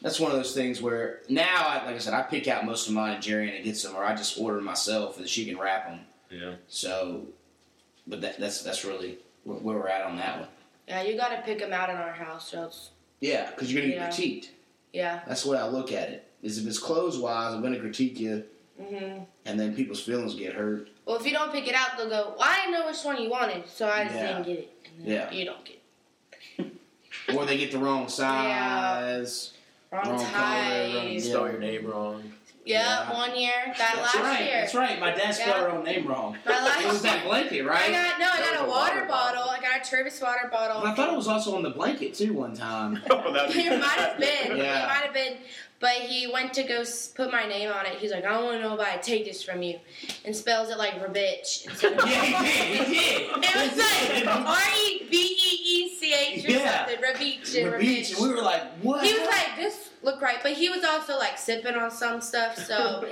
[SPEAKER 2] that's one of those things where now, I, like I said, I pick out most of mine, and Jerry and gets them, or I just order them myself, and she can wrap them.
[SPEAKER 5] yeah.
[SPEAKER 2] So, but that, that's that's really where where we're at on that one.
[SPEAKER 3] Yeah, you gotta pick them out in our house, or else.
[SPEAKER 2] Yeah, because you're gonna
[SPEAKER 3] Yeah.
[SPEAKER 2] get critiqued.
[SPEAKER 3] Yeah.
[SPEAKER 2] That's the way I look at it. Is if it's clothes wise, I'm gonna critique you,
[SPEAKER 3] hmm
[SPEAKER 2] and then people's feelings get hurt.
[SPEAKER 3] Well, if you don't pick it out, they'll go, well, I didn't know which one you wanted, so I just
[SPEAKER 2] Yeah.
[SPEAKER 3] didn't get it. And then
[SPEAKER 2] Yeah.
[SPEAKER 3] You don't get it.
[SPEAKER 2] Or they get the wrong size.
[SPEAKER 3] Wrong,
[SPEAKER 2] Wrong color,
[SPEAKER 3] ties.
[SPEAKER 2] wrong-
[SPEAKER 5] You
[SPEAKER 3] yeah.
[SPEAKER 5] spell your name wrong.
[SPEAKER 2] Yeah.
[SPEAKER 3] one year. That
[SPEAKER 2] That's
[SPEAKER 3] last
[SPEAKER 2] right.
[SPEAKER 3] year.
[SPEAKER 2] That's right. My dad spelled her own name wrong.
[SPEAKER 3] My last
[SPEAKER 2] It was that blanket,
[SPEAKER 3] I
[SPEAKER 2] right?
[SPEAKER 3] got no, I got
[SPEAKER 5] That was
[SPEAKER 3] a
[SPEAKER 5] a
[SPEAKER 3] water,
[SPEAKER 5] water
[SPEAKER 3] bottle.
[SPEAKER 5] bottle.
[SPEAKER 3] I got a Turvis water bottle.
[SPEAKER 2] But I thought it was also on the blanket too one time.
[SPEAKER 5] oh, that
[SPEAKER 3] It might have been.
[SPEAKER 2] Yeah.
[SPEAKER 3] It might have been. But he went to go s- put my name on it. He's like, I don't want nobody to take this from you, and spells it like rebitch. instead of-
[SPEAKER 2] yeah, he did. He did.
[SPEAKER 3] It was like R E B E E C H or
[SPEAKER 2] Yeah.
[SPEAKER 3] something. Rebitch and
[SPEAKER 2] We're beach,
[SPEAKER 3] rebitch.
[SPEAKER 2] and we were like, what?
[SPEAKER 3] He was like, this look right, but he was also like sipping on some stuff. So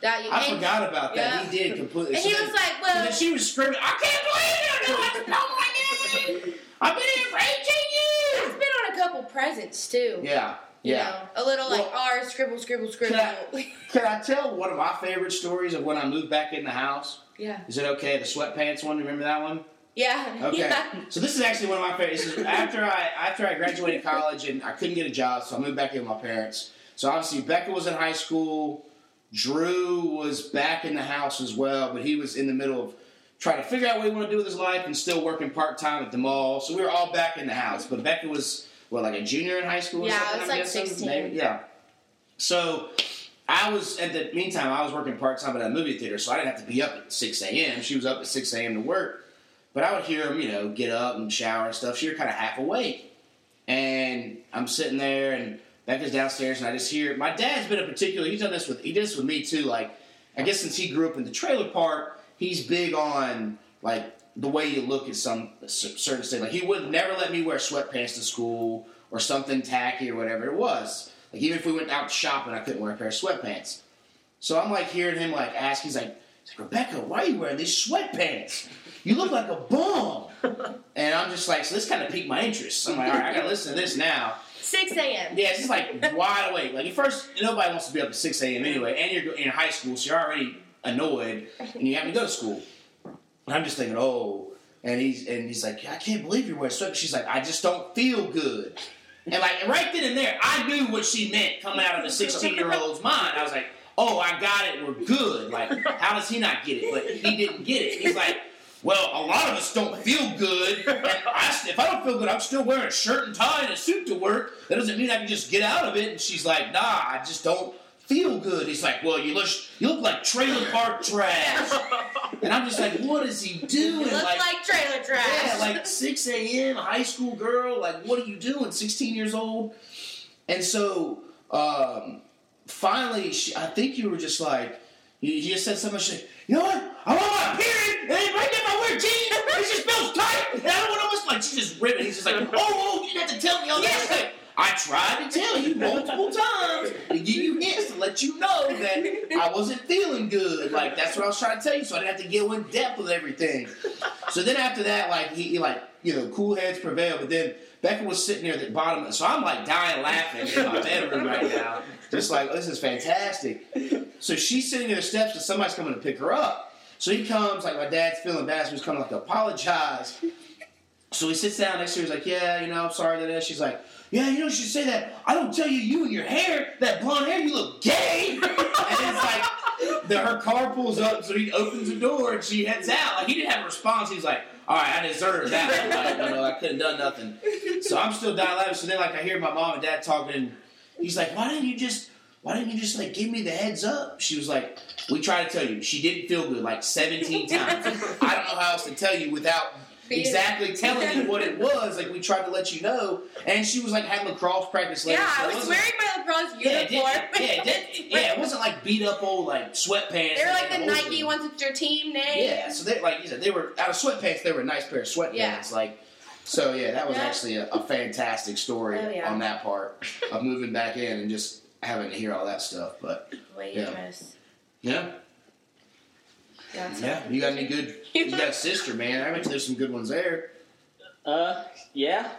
[SPEAKER 3] that you.
[SPEAKER 2] I
[SPEAKER 3] and-
[SPEAKER 2] forgot about that.
[SPEAKER 3] Yeah.
[SPEAKER 2] He did completely.
[SPEAKER 3] And
[SPEAKER 2] So
[SPEAKER 3] he
[SPEAKER 2] then-
[SPEAKER 3] was like,
[SPEAKER 2] so
[SPEAKER 3] well,
[SPEAKER 2] then she was screaming, I can't believe you don't know what to do. I've been here for 18
[SPEAKER 3] I've
[SPEAKER 2] years.
[SPEAKER 3] been on a couple presents too.
[SPEAKER 2] Yeah.
[SPEAKER 3] You
[SPEAKER 2] Yeah.
[SPEAKER 3] know, a little like
[SPEAKER 2] Well-
[SPEAKER 3] R scribble scribble scribble.
[SPEAKER 2] Can I tell one of my favorite stories of when I moved back in the house?
[SPEAKER 3] yeah.
[SPEAKER 2] Is it okay? The sweatpants one. Remember that one?
[SPEAKER 3] Yeah.
[SPEAKER 2] Okay.
[SPEAKER 3] Yeah.
[SPEAKER 2] So this is actually one of my favorites. This is after I after I graduated college and I couldn't get a job, so I moved back in with my parents. So obviously Becca was in high school, Drew was back in the house as well, but he was in the middle of trying to figure out what he wanted to do with his life and still working part time at the mall. So we were all back in the house, but Becca was what like a junior in high school. Or
[SPEAKER 3] Yeah, I
[SPEAKER 2] something,
[SPEAKER 3] was
[SPEAKER 2] I'm
[SPEAKER 3] like
[SPEAKER 2] guessing?
[SPEAKER 3] 16.
[SPEAKER 2] Maybe- Yeah. So I was at the meantime I was working part time at a movie theater, so I didn't have to be up at six a.m. She was up at six a.m. to work, but I would hear them, you know, get up and shower and stuff. She was kind of half awake, and I'm sitting there, and Becca's downstairs, and I just hear my dad's been a particular. He's done this with he did this with me too. Like I guess since he grew up in the trailer park, he's big on like the way you look at some cer- certain thing. Like he would never let me wear sweatpants to school or something tacky or whatever it was. Like even if we went out shopping, I couldn't wear a pair of sweatpants. So I'm like hearing him like ask. He's like, he's like Rebecca, why are you wearing these sweatpants? You look like a bum. and I'm just like, so this kind of piqued my interest. I'm like, all right, I gotta listen to this now.
[SPEAKER 3] 6 a.m.
[SPEAKER 2] Yeah, it's just like wide awake. Like at first, nobody wants to be up at six a.m. anyway, and you're in high school, so you're already annoyed, and you have to go to school. And I'm just thinking, oh, and he's and he's like, I can't believe you're wearing sweatpants. She's like, I just don't feel good. And like right then and there, I knew what she meant coming out of the 16 year old's mind. I was like, oh, I got it. We're good. Like, how does he not get it? But he didn't get it. He's like. Well, a lot of us don't feel good. And I, if I don't feel good, I'm still wearing a shirt and tie and a suit to work. That doesn't mean I can just get out of it. And she's like, Nah, I just don't feel good. He's like, Well, you look you look like trailer park trash. And I'm just like, What is he
[SPEAKER 3] You
[SPEAKER 2] doing?
[SPEAKER 3] look like, trailer trash.
[SPEAKER 2] yeah, like 6 a.m. high school girl. Like, what are you doing? 16 years old. And so, um, finally, she, I think you were just like, you, you just said something. She's like, you know what? I want my period, and then right now I wear jeans. It just feels tight, and I don't want almost like she just ripping. He's just like, oh, oh, you didn't have to tell me all that. She's like, I tried to tell you multiple times to give you hints to let you know that I wasn't feeling good. Like that's what I was trying to tell you, so I didn't have to go in depth with everything. So then after that, like he, he like you know, cool heads prevail. But then Becca was sitting there at the bottom, so I'm like dying laughing in my bedroom right now, just like this is fantastic. So she's sitting there steps, and somebody's coming to pick her up. So he comes, like my dad's feeling bad, so he's coming like to apologize. So he sits down next to her. He's like, "Yeah, you know, I'm sorry that is." She's like, "Yeah, you know, you should say that. I don't tell you, you and your hair, that blonde hair, you look gay." and it's like, the, her car pulls up, so he opens the door and she heads out. Like he didn't have a response. He was like, "All right, I deserve that. one. Like, you know, I couldn't have done nothing." So I'm still dying laughing. So then, like, I hear my mom and dad talking. He's like, "Why didn't you just?" Why didn't you just like give me the heads up? She was like, "We tried to tell you. She didn't feel good like 17 times. I don't know how else to tell you without
[SPEAKER 3] Being-
[SPEAKER 2] exactly telling you what it was. Like we tried to let you know, and she was like had lacrosse practice later.
[SPEAKER 3] Yeah,
[SPEAKER 2] so
[SPEAKER 3] I
[SPEAKER 2] it
[SPEAKER 3] was
[SPEAKER 2] wasn't-
[SPEAKER 3] wearing my LeBron's
[SPEAKER 2] Yeah, it didn't-
[SPEAKER 3] uniform.
[SPEAKER 2] yeah, it didn't- yeah, it wasn't like beat up old like sweatpants.
[SPEAKER 3] They were
[SPEAKER 2] and
[SPEAKER 3] like the
[SPEAKER 2] old-
[SPEAKER 3] Nike ones with your team name.
[SPEAKER 2] Yeah, so they like you said they were out of sweatpants. They were a nice pair of sweatpants.
[SPEAKER 3] Yeah.
[SPEAKER 2] Like, so yeah, that was
[SPEAKER 3] Yeah.
[SPEAKER 2] actually a, a fantastic story
[SPEAKER 3] Oh, yeah.
[SPEAKER 2] on that part of moving back in and just having to hear all that stuff. But
[SPEAKER 3] Waitress.
[SPEAKER 2] yeah, yeah, you got any good? You got a sister, man. I bet you there's some good ones there.
[SPEAKER 4] Uh, yeah.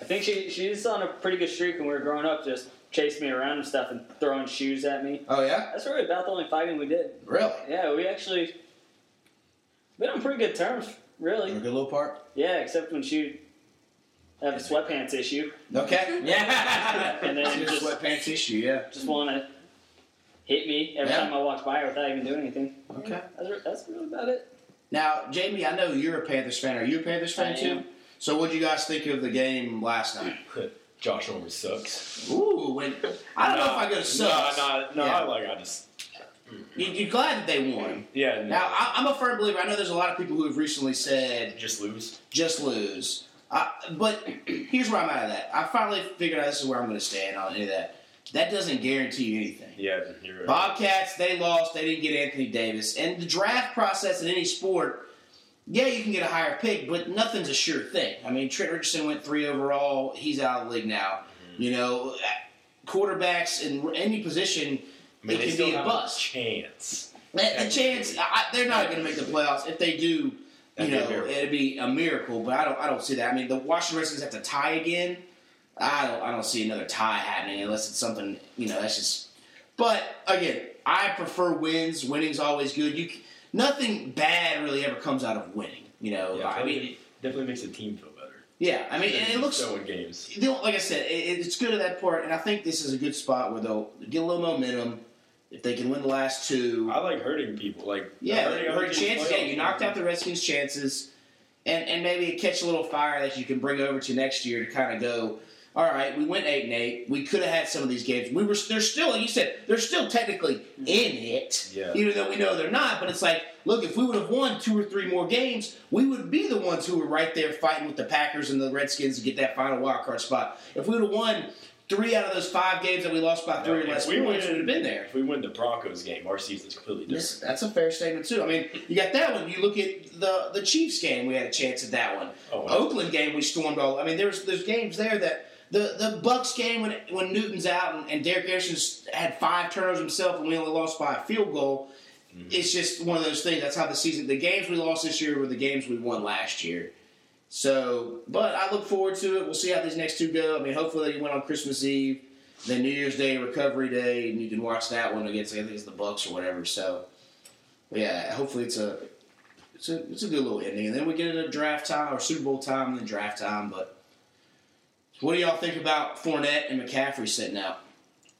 [SPEAKER 4] I think she she's on a pretty good streak when we were growing up, just chasing me around and stuff and throwing shoes at me.
[SPEAKER 2] Oh yeah,
[SPEAKER 4] That's really about the only fighting we did.
[SPEAKER 2] really?
[SPEAKER 4] Yeah, we actually been on pretty good terms,
[SPEAKER 2] A
[SPEAKER 4] really.
[SPEAKER 2] good little part.
[SPEAKER 4] Yeah, except when she have a sweatpants issue,
[SPEAKER 2] Okay.
[SPEAKER 4] Yeah. And then
[SPEAKER 2] Your
[SPEAKER 4] just-
[SPEAKER 2] sweatpants issue. Yeah.
[SPEAKER 4] just want to hit me every
[SPEAKER 2] Yeah.
[SPEAKER 4] time I walked by her without even doing anything.
[SPEAKER 2] Okay.
[SPEAKER 4] That's, re- that's really about it.
[SPEAKER 2] Now, Jamie, I know you're a Panthers fan. Are you a Panthers fan
[SPEAKER 4] I
[SPEAKER 2] too?
[SPEAKER 4] am.
[SPEAKER 2] So, what would you guys think of the game last night?
[SPEAKER 5] Josh Norman sucks.
[SPEAKER 2] Ooh, when I don't know if I go to sucks.
[SPEAKER 5] Uh, No, no, no
[SPEAKER 2] Yeah.
[SPEAKER 5] I like I just
[SPEAKER 2] You, you're glad that they won.
[SPEAKER 5] yeah. No,
[SPEAKER 2] Now, I, I'm a firm believer. I know there's a lot of people who have recently said
[SPEAKER 5] just lose.
[SPEAKER 2] just lose. Uh, but here's where I'm out of that. I finally figured out this is where I'm going to stand on any of that. That doesn't guarantee you anything.
[SPEAKER 5] Yeah, you're right.
[SPEAKER 2] Bobcats, they lost. They didn't get Anthony Davis. And the draft process in any sport, yeah, you can get a higher pick, but nothing's a sure thing. I mean, Trent Richardson went three overall. He's out of the league now. You know, quarterbacks in any position,
[SPEAKER 5] I mean,
[SPEAKER 2] it
[SPEAKER 5] they
[SPEAKER 2] can
[SPEAKER 5] still
[SPEAKER 2] be a
[SPEAKER 5] have
[SPEAKER 2] bust.
[SPEAKER 5] chance.
[SPEAKER 2] The, the chance I, I- they're not going to make the playoffs. If they do, you
[SPEAKER 5] That'd be a
[SPEAKER 2] know,
[SPEAKER 5] miracle.
[SPEAKER 2] it'd be a miracle. But I don't, I don't see that. I mean, the Washington Redskins have to tie again. I don't, I don't see another tie happening unless it's something you know. That's just. But again, I prefer wins. Winning's always good. You, c- nothing bad really ever comes out of winning. You know,
[SPEAKER 5] Yeah,
[SPEAKER 2] I
[SPEAKER 5] definitely-
[SPEAKER 2] mean,
[SPEAKER 5] definitely makes the team feel better.
[SPEAKER 2] yeah, I mean, and it looks
[SPEAKER 5] so in games.
[SPEAKER 2] you know, like I said, it, it's good at that part, and I think this is a good spot where they'll get a little momentum. If they can win the last two,
[SPEAKER 5] I like hurting people. Like
[SPEAKER 2] Yeah,
[SPEAKER 5] hurting
[SPEAKER 2] her,
[SPEAKER 5] other teams'
[SPEAKER 2] chances. Yeah,
[SPEAKER 5] playoff
[SPEAKER 2] you knocked out the Redskins' chances, and and maybe catch a little fire that you can bring over to next year to kind of go. All right, we went eight and eight. We could have had some of these games. We were they're still, like you said, they're still technically
[SPEAKER 5] Mm-hmm.
[SPEAKER 2] in it,
[SPEAKER 5] Yeah.
[SPEAKER 2] even though we know they're not. But it's like, look, if we would have won two or three more games, we would be the ones who were right there fighting with the Packers and the Redskins to get that final wild card spot. If we would have won three out of those five games that we lost by three or
[SPEAKER 5] If
[SPEAKER 2] less
[SPEAKER 5] we
[SPEAKER 2] points,
[SPEAKER 5] win-
[SPEAKER 2] we would have been there.
[SPEAKER 5] If we win the Broncos game, our season's completely different.
[SPEAKER 2] This, that's a fair statement too. I mean, you got that one. You look at the the Chiefs game. We had a chance at that one.
[SPEAKER 5] Oh, wow.
[SPEAKER 2] Oakland game. We stormed all. I mean, there's there's games there that the the Bucks game when when Newton's out and, and Derek Anderson's had five turnovers himself and we only lost by a field goal.
[SPEAKER 5] Mm-hmm.
[SPEAKER 2] It's just one of those things. That's how the season. The games we lost this year were the games we won last year. So, but I look forward to it. We'll see how these next two go. I mean, hopefully they went on Christmas Eve, then New Year's Day, Recovery Day, and you can watch that one against I think it's the Bucks or whatever. So, yeah, hopefully it's a it's a it's a good little ending, and then we get into draft time or Super Bowl time, and then draft time. But what do y'all think about Fournette and McCaffrey sitting out?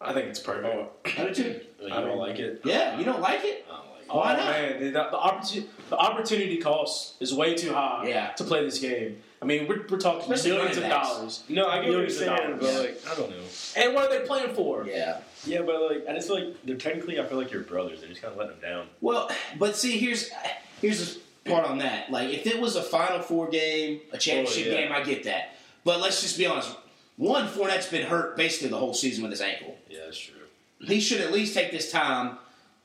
[SPEAKER 1] I think it's perfect.
[SPEAKER 5] Oh,
[SPEAKER 2] I do too.
[SPEAKER 5] you
[SPEAKER 1] I mean-
[SPEAKER 5] don't like it?
[SPEAKER 2] Yeah, you don't like it?
[SPEAKER 5] I don't like it.
[SPEAKER 1] Oh
[SPEAKER 2] Why not?
[SPEAKER 1] man, the, the, opportunity, the opportunity cost is way too high
[SPEAKER 2] Yeah.
[SPEAKER 1] to play this game. I mean, we're, we're talking
[SPEAKER 2] Especially
[SPEAKER 1] billions of
[SPEAKER 2] running backs.
[SPEAKER 1] dollars.
[SPEAKER 5] No, I get what you're
[SPEAKER 1] Millions of
[SPEAKER 5] saying,
[SPEAKER 1] dollars.
[SPEAKER 5] but like, I don't know.
[SPEAKER 1] And what are they playing for?
[SPEAKER 2] Yeah.
[SPEAKER 5] Yeah, but like, I just feel like they're technically, I feel like you're brothers. They just kind of let them down.
[SPEAKER 2] Well, but see, here's here's the part on that. Like, if it was a Final Four game, a championship
[SPEAKER 5] Oh, yeah.
[SPEAKER 2] game, I get that. But let's just be honest. One, Fournette's been hurt basically the whole season with his ankle.
[SPEAKER 5] Yeah, that's true.
[SPEAKER 2] he should at least take this time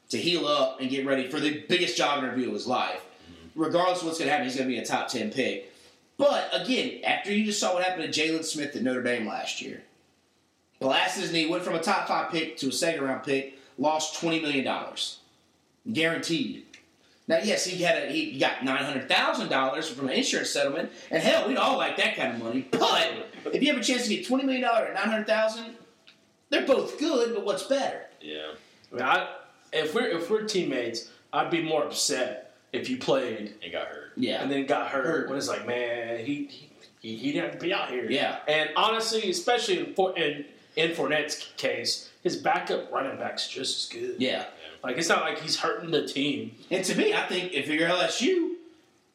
[SPEAKER 2] to heal up and get ready for the biggest job interview of his life. Regardless of what's going to happen, he's going to be a top 10 pick. But again, after you just saw what happened to Jalen Smith at Notre Dame last year, blasted his knee, went from a top five pick to a second round pick, lost $20 million. Guaranteed. Now, yes, he had a, he got nine hundred thousand dollars from an insurance settlement, and hell, we'd all like that kind of money. But if you have a chance to get twenty million dollars or nine hundred thousand, they're both good. But what's better?
[SPEAKER 5] Yeah.
[SPEAKER 1] I mean, I, if we're if we're teammates, I'd be more upset if you played
[SPEAKER 5] and got hurt.
[SPEAKER 2] Yeah.
[SPEAKER 1] and then got hurt.
[SPEAKER 2] Hurt.
[SPEAKER 1] When it's like, man, he he, he, he didn't have to be out here.
[SPEAKER 2] Yeah.
[SPEAKER 1] And honestly, especially in, for, in in Fournette's case, his backup running back's just as good.
[SPEAKER 2] Yeah.
[SPEAKER 1] Like it's not like he's hurting the team.
[SPEAKER 2] And to me, I think if you're LSU,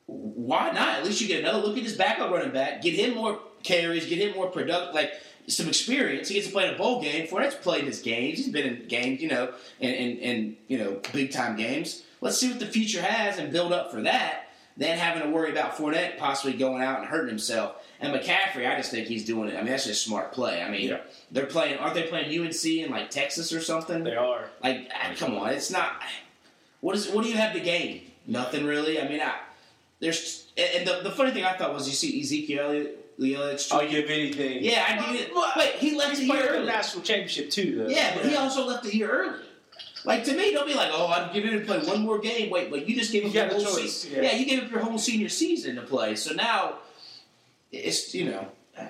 [SPEAKER 2] why not? At least you get another look at this backup running back, get him more carries, get him more product, like some experience. He gets to play in a bowl game. Fournette's played his games. He's been in games, you know, and and, and you know, big time games. Let's see what the future has and build up for that. Than having to worry about Fournette possibly going out and hurting himself. And McCaffrey, I just think he's doing it. I mean, that's just a smart play. I mean,
[SPEAKER 1] Yeah.
[SPEAKER 2] they're playing, aren't they playing UNC in like Texas or something?
[SPEAKER 1] They are.
[SPEAKER 2] Like, ah, come on, it's not. What is? What do you have to gain? Nothing really. I mean, I, there's. And and the, the funny thing I thought was you see Ezekiel Elliott.
[SPEAKER 1] I'll give anything.
[SPEAKER 2] Oh, Yeah, I did.
[SPEAKER 1] Well,
[SPEAKER 2] Wait, he left the
[SPEAKER 1] He's
[SPEAKER 2] year
[SPEAKER 1] playing for the
[SPEAKER 2] early.
[SPEAKER 1] national championship too, though.
[SPEAKER 2] Yeah, but he also left the year early. Like to me, don't be like, oh, I'm giving him to play one more game. Wait, but you just gave
[SPEAKER 1] You
[SPEAKER 2] him your
[SPEAKER 1] got
[SPEAKER 2] whole
[SPEAKER 1] a choice,
[SPEAKER 2] season.
[SPEAKER 1] yeah.
[SPEAKER 2] Yeah. you gave up your whole senior season to play. So now, it's you know, uh,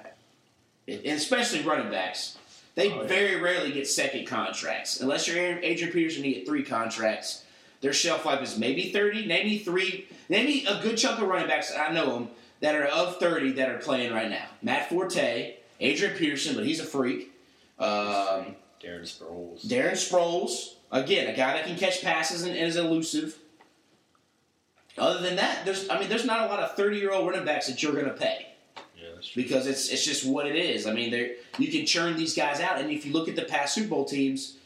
[SPEAKER 2] and especially running backs, they
[SPEAKER 1] Oh, yeah.
[SPEAKER 2] very rarely get second contracts unless you're Aaron- Adrian Peterson. You get three contracts. Their shelf life is maybe thirty, maybe three, maybe a good chunk of running backs. I know them that are of thirty that are playing right now. Matt Forte, Adrian Peterson, but he's a freak. Um,
[SPEAKER 5] Darren Sproles.
[SPEAKER 2] Darren Sproles, again, a guy that can catch passes and is elusive. Other than that, there's I mean, there's not a lot of 30 year old running backs that you're going to pay
[SPEAKER 5] Yeah, that's true.
[SPEAKER 2] because it's it's just what it is. I mean, there you can churn these guys out, and if you look at the past Super Bowl teams,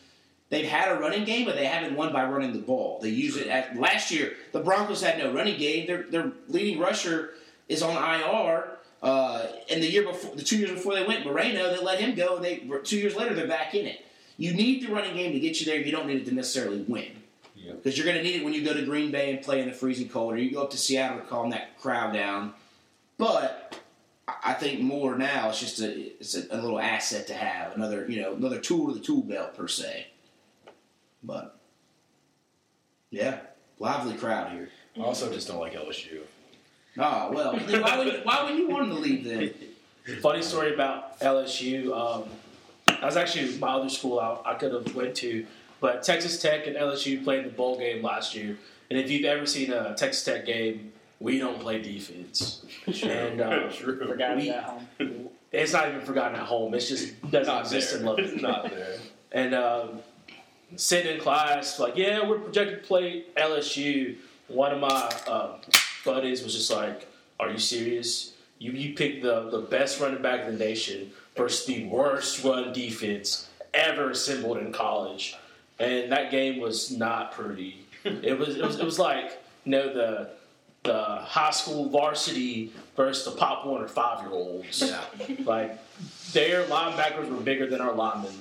[SPEAKER 2] they've had a running game, but they haven't won by running the ball. They use it at last year. The Broncos had no running game. Their their leading rusher is on IR. Uh, and the year before, the two years before they went Moreno, they let him go. And they two years later they're back in it. You need the running game to get you there. You don't need it to necessarily win
[SPEAKER 5] Yeah.
[SPEAKER 2] because you're going to need it when you go to Green Bay and play in the freezing cold, or you go up to Seattle to calm that crowd down. But I- I think more now it's just a it's a, a little asset to have another you know another tool to the tool belt per se. But yeah, lively crowd here.
[SPEAKER 5] I also just don't like LSU.
[SPEAKER 2] Oh well, then why would why would you want him to leave then?
[SPEAKER 1] Funny story about LSU. Um, that was actually my other school I, I could have went to, but Texas Tech and LSU played in the bowl game last year. And if you've ever seen a Texas Tech game, we don't play defense. And uh,
[SPEAKER 5] true.
[SPEAKER 4] Forgot
[SPEAKER 1] We-
[SPEAKER 4] about home.
[SPEAKER 1] it's not even forgotten at home. It's just doesn't
[SPEAKER 5] Not
[SPEAKER 1] exist
[SPEAKER 5] there.
[SPEAKER 1] in Lubbock.
[SPEAKER 5] It's not there.
[SPEAKER 1] and um, sitting in class, like, yeah, we're projected to play LSU. One of my uh, buddies was just like, "Are you serious? You you picked the the best running back in the nation versus the worst run defense ever assembled in college." And that game was not pretty. It was it was, it was like you know the the high school varsity versus the pop Warner five year olds.
[SPEAKER 2] Yeah.
[SPEAKER 1] Like their linebackers were bigger than our linemen.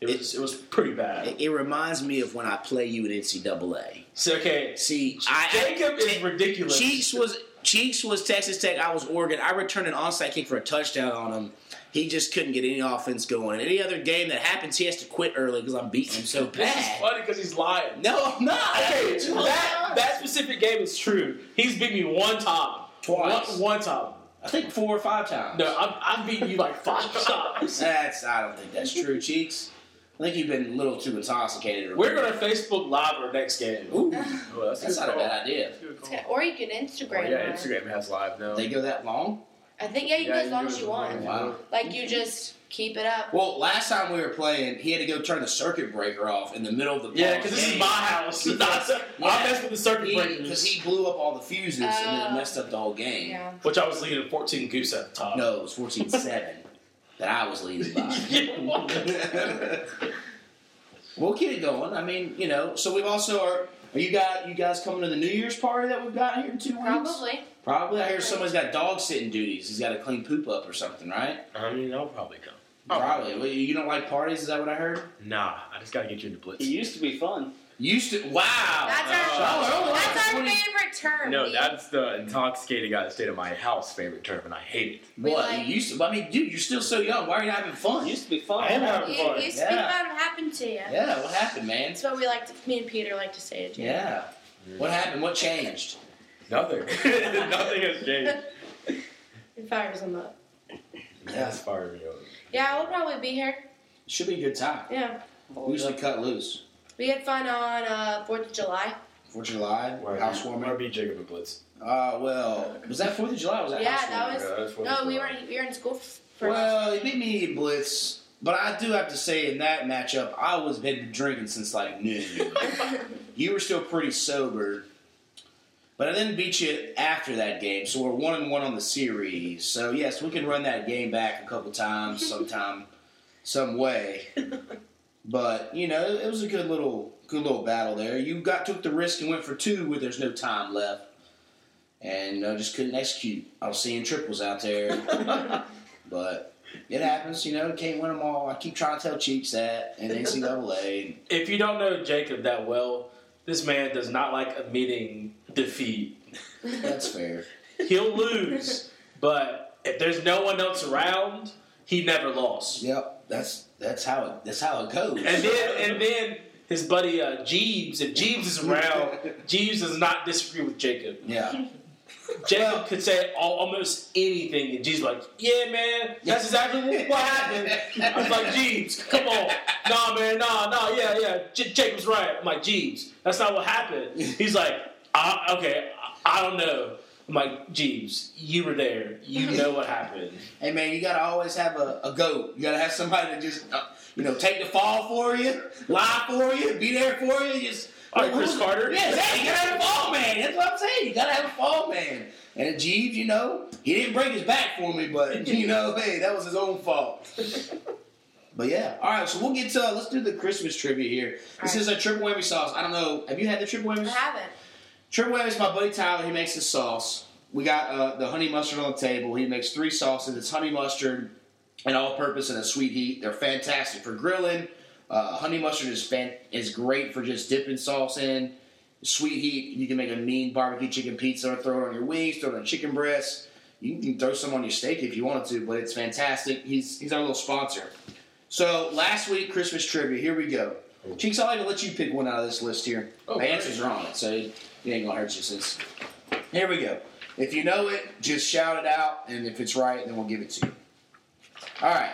[SPEAKER 1] It was it was pretty bad.
[SPEAKER 2] It, it reminds me of when I play you in NCAA.
[SPEAKER 1] So okay,
[SPEAKER 2] See, I, I-
[SPEAKER 1] Jacob is ridiculous.
[SPEAKER 2] Cheeks was Cheeks was Texas Tech. I was Oregon. I returned an onside kick for a touchdown on him. He just couldn't get any offense going. And any other game that happens, he has to quit early because I'm beating him so
[SPEAKER 1] This is
[SPEAKER 2] bad.
[SPEAKER 1] funny because he's lying.
[SPEAKER 2] No, I'm not.
[SPEAKER 1] Okay, that that specific game is true. He's beat me one time,
[SPEAKER 2] Twice.
[SPEAKER 1] one, one time.
[SPEAKER 2] I think four or five times.
[SPEAKER 1] No, I've, I've beaten you like five times.
[SPEAKER 2] that's I don't think that's true, Cheeks. I think you've been a little too intoxicated. or-
[SPEAKER 1] We're gonna Facebook Live our next game.
[SPEAKER 2] Ooh,
[SPEAKER 5] Oh,
[SPEAKER 2] that's not a bad idea.
[SPEAKER 3] Or you can Instagram.
[SPEAKER 5] yeah,
[SPEAKER 3] one.
[SPEAKER 5] Instagram has live now.
[SPEAKER 2] They go that long?
[SPEAKER 3] I think yeah, you can
[SPEAKER 5] Yeah,
[SPEAKER 3] go as long as you want.
[SPEAKER 2] Wow.
[SPEAKER 3] Like you just keep it up.
[SPEAKER 2] Well, last time we were playing, he had to go turn the circuit breaker off in the middle of the
[SPEAKER 1] Yeah,
[SPEAKER 2] ball
[SPEAKER 1] because this is
[SPEAKER 2] game.
[SPEAKER 1] my house. I messed with the circuit
[SPEAKER 2] because
[SPEAKER 1] breakers,
[SPEAKER 2] he, blew up all the fuses and then
[SPEAKER 3] Oh.
[SPEAKER 2] messed up the whole game.
[SPEAKER 3] Yeah.
[SPEAKER 1] which I was leading 14 goose at the time.
[SPEAKER 2] No, it was 14 7 that I was leading by. we'll get it going. I mean, you know, so we've also are. Are you guys you guys coming to the New Year's party that we've got here in two weeks?
[SPEAKER 3] Probably.
[SPEAKER 2] Probably. I hear someone's got dog sitting duties. He's got to clean poop up or something, right?
[SPEAKER 5] I mean, I'll probably come.
[SPEAKER 2] Probably. Well, you don't like parties? Is that what I heard?
[SPEAKER 5] Nah, I just gotta get you into Blitz.
[SPEAKER 4] It used to be fun.
[SPEAKER 2] Used to. Wow.
[SPEAKER 3] That's
[SPEAKER 5] Oh,
[SPEAKER 3] our
[SPEAKER 2] oh,
[SPEAKER 3] that's our
[SPEAKER 2] 20
[SPEAKER 3] favorite term.
[SPEAKER 5] No,
[SPEAKER 3] Lee.
[SPEAKER 5] that's the intoxicated guy that stayed at my house favorite term, and I hate it.
[SPEAKER 3] We
[SPEAKER 2] What?
[SPEAKER 3] like-
[SPEAKER 2] you used to. I mean, dude, you're still so young. Why are you not having fun?
[SPEAKER 4] It used to be fun.
[SPEAKER 1] I am having
[SPEAKER 3] you,
[SPEAKER 1] fun.
[SPEAKER 3] you speak
[SPEAKER 2] Yeah.
[SPEAKER 3] about what happened to you.
[SPEAKER 2] yeah. What happened, man?
[SPEAKER 3] That's what we like. To, me and Peter like to say to you.
[SPEAKER 2] Yeah. What happened? What changed?
[SPEAKER 5] Nothing. Nothing has changed.
[SPEAKER 3] It fires them up.
[SPEAKER 2] Yeah.
[SPEAKER 5] fired me up.
[SPEAKER 3] Yeah, we'll probably be here.
[SPEAKER 2] Should be a good time.
[SPEAKER 3] Yeah.
[SPEAKER 2] We usually cut loose.
[SPEAKER 3] We had fun on uh, 4th of July.
[SPEAKER 2] Fourth of July,
[SPEAKER 5] Right.
[SPEAKER 2] housewarming.
[SPEAKER 5] RB Jacob and Blitz.
[SPEAKER 2] Uh, well, was that Fourth of July? or Was that
[SPEAKER 3] Yeah,
[SPEAKER 2] housewarming?
[SPEAKER 3] that was.
[SPEAKER 5] Yeah, that's what
[SPEAKER 3] Oh, No,
[SPEAKER 5] we
[SPEAKER 3] we
[SPEAKER 5] were.
[SPEAKER 3] were we were in school f- for.
[SPEAKER 2] Well, he beat me in blitz, but I do have to say in that matchup, I was been drinking since like noon. you were still pretty sober, but I then beat you after that game, so we're one and one on the series. So yes, we can run that game back a couple times, sometime, some way. But you know, it was a good little good little battle there. You got took the risk and went for two where there's no time left. And uh, just couldn't execute. I was seeing triples out there. But it happens, you know. Can't win them all. I keep trying to tell Cheeks that and NCAA.
[SPEAKER 1] If you don't know Jacob that well, this man does not like admitting defeat.
[SPEAKER 2] That's fair.
[SPEAKER 1] He'll lose, but if there's no one else around, he never lost.
[SPEAKER 2] Yep. That's that's how it that's how it goes.
[SPEAKER 1] And then and then his buddy uh, Jeeves, if Jeeves is around, Jeeves does not disagree with Jacob.
[SPEAKER 2] yeah.
[SPEAKER 1] Jacob
[SPEAKER 2] Well-
[SPEAKER 1] could say all, almost anything, and Jeeves like, yeah, man, that's exactly what, what happened. I was like, Jeeves, come on, nah, man, nah, nah, yeah, yeah. J- Jacob's right. I'm like, Jeeves, that's not what happened. He's like, I, okay, I, I don't know. I'm like, Jeeves, you were there. You know what happened.
[SPEAKER 2] Hey man, you gotta always have a, a goat. You gotta have somebody to just uh, you know take the fall for you, lie for you, be there for you. Just
[SPEAKER 1] Like Chris
[SPEAKER 2] who's-
[SPEAKER 1] Carter?
[SPEAKER 2] Yeah, hey, you gotta have a fall man. That's what I'm saying. You gotta have a fall man. And Jeeves, you know, he didn't break his back for me, but you know, hey, that was his own fault. But yeah, all right. So we'll get to uh, let's do the Christmas trivia here. This
[SPEAKER 3] All
[SPEAKER 2] is a triple whammy sauce. I don't know. Have you had the triple whammy?
[SPEAKER 3] I haven't.
[SPEAKER 2] Triple Whammy is my buddy Tyler. He makes the sauce. We got uh, the honey mustard on the table. He makes three sauces. It's honey mustard and all purpose and a sweet heat. They're fantastic for grilling. Uh, honey mustard is fan- is great for just dipping sauce in. Sweet heat, you can make a mean barbecue chicken pizza or throw it on your wings, throw it on chicken breasts. You can throw some on your steak if you wanted to, but it's fantastic. He's he's our little sponsor. So last week Christmas trivia. Here we go. Cheeks, I'd like to let you pick one out of this list here. My answers are on it, so it ain't gonna hurt you since. Here we go. If you know it, just shout it out, and if it's right, then we'll give it to you. All right.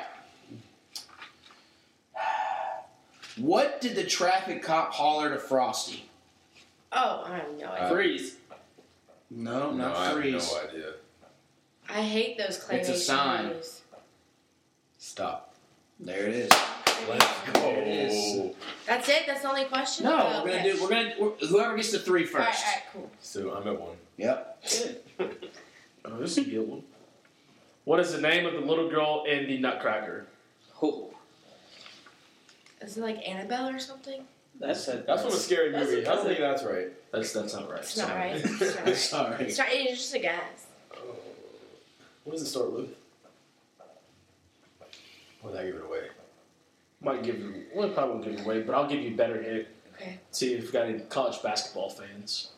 [SPEAKER 2] What did the traffic cop holler to Frosty?
[SPEAKER 3] Oh, I have no
[SPEAKER 2] Uh,
[SPEAKER 3] idea.
[SPEAKER 4] Freeze.
[SPEAKER 2] No,
[SPEAKER 5] no, I
[SPEAKER 2] not
[SPEAKER 5] have
[SPEAKER 2] threes.
[SPEAKER 5] no idea.
[SPEAKER 3] I hate those claymation
[SPEAKER 2] It's a sign.
[SPEAKER 3] movies.
[SPEAKER 5] Stop.
[SPEAKER 2] there it is.
[SPEAKER 5] Let's go.
[SPEAKER 2] There it is.
[SPEAKER 3] That's it. That's the only question.
[SPEAKER 2] No,
[SPEAKER 3] Oh,
[SPEAKER 2] we're gonna
[SPEAKER 3] okay.
[SPEAKER 2] do. We're gonna we're, whoever gets the three
[SPEAKER 3] All right,
[SPEAKER 2] first.
[SPEAKER 3] all right, cool.
[SPEAKER 5] So I'm at one.
[SPEAKER 2] Yep.
[SPEAKER 1] Oh, this is a good one. What is the name of the little girl in the Nutcracker?
[SPEAKER 4] Oh,
[SPEAKER 3] Is it like Annabelle or something?
[SPEAKER 4] that's a,
[SPEAKER 5] That's from a scary
[SPEAKER 4] That's-
[SPEAKER 5] movie. I
[SPEAKER 4] that's
[SPEAKER 5] don't
[SPEAKER 4] a-
[SPEAKER 5] think that's right.
[SPEAKER 1] That's that's not right.
[SPEAKER 3] It's not
[SPEAKER 1] Sorry.
[SPEAKER 3] right. It's not right.
[SPEAKER 2] Sorry.
[SPEAKER 3] It's, not, it's just a guess.
[SPEAKER 5] What does it start with? Well, that gave it away.
[SPEAKER 1] Might give you. Well, it probably won't give you away, but I'll give you a better hit.
[SPEAKER 3] Okay.
[SPEAKER 1] See if we've got any college basketball fans.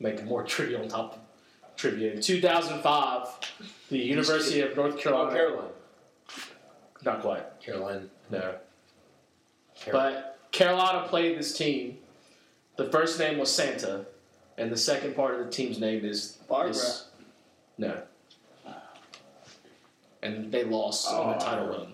[SPEAKER 1] Make more trivia on top of trivia. In 2005, the University of North Carolina.
[SPEAKER 5] Oh, Caroline.
[SPEAKER 1] Not quite.
[SPEAKER 5] Caroline.
[SPEAKER 1] No.
[SPEAKER 5] Caroline.
[SPEAKER 1] But Carolina played this team. The first name was Santa, and the second part of the team's name is
[SPEAKER 4] Barbara.
[SPEAKER 1] is- no. And they lost on the
[SPEAKER 5] Oh.
[SPEAKER 1] title run.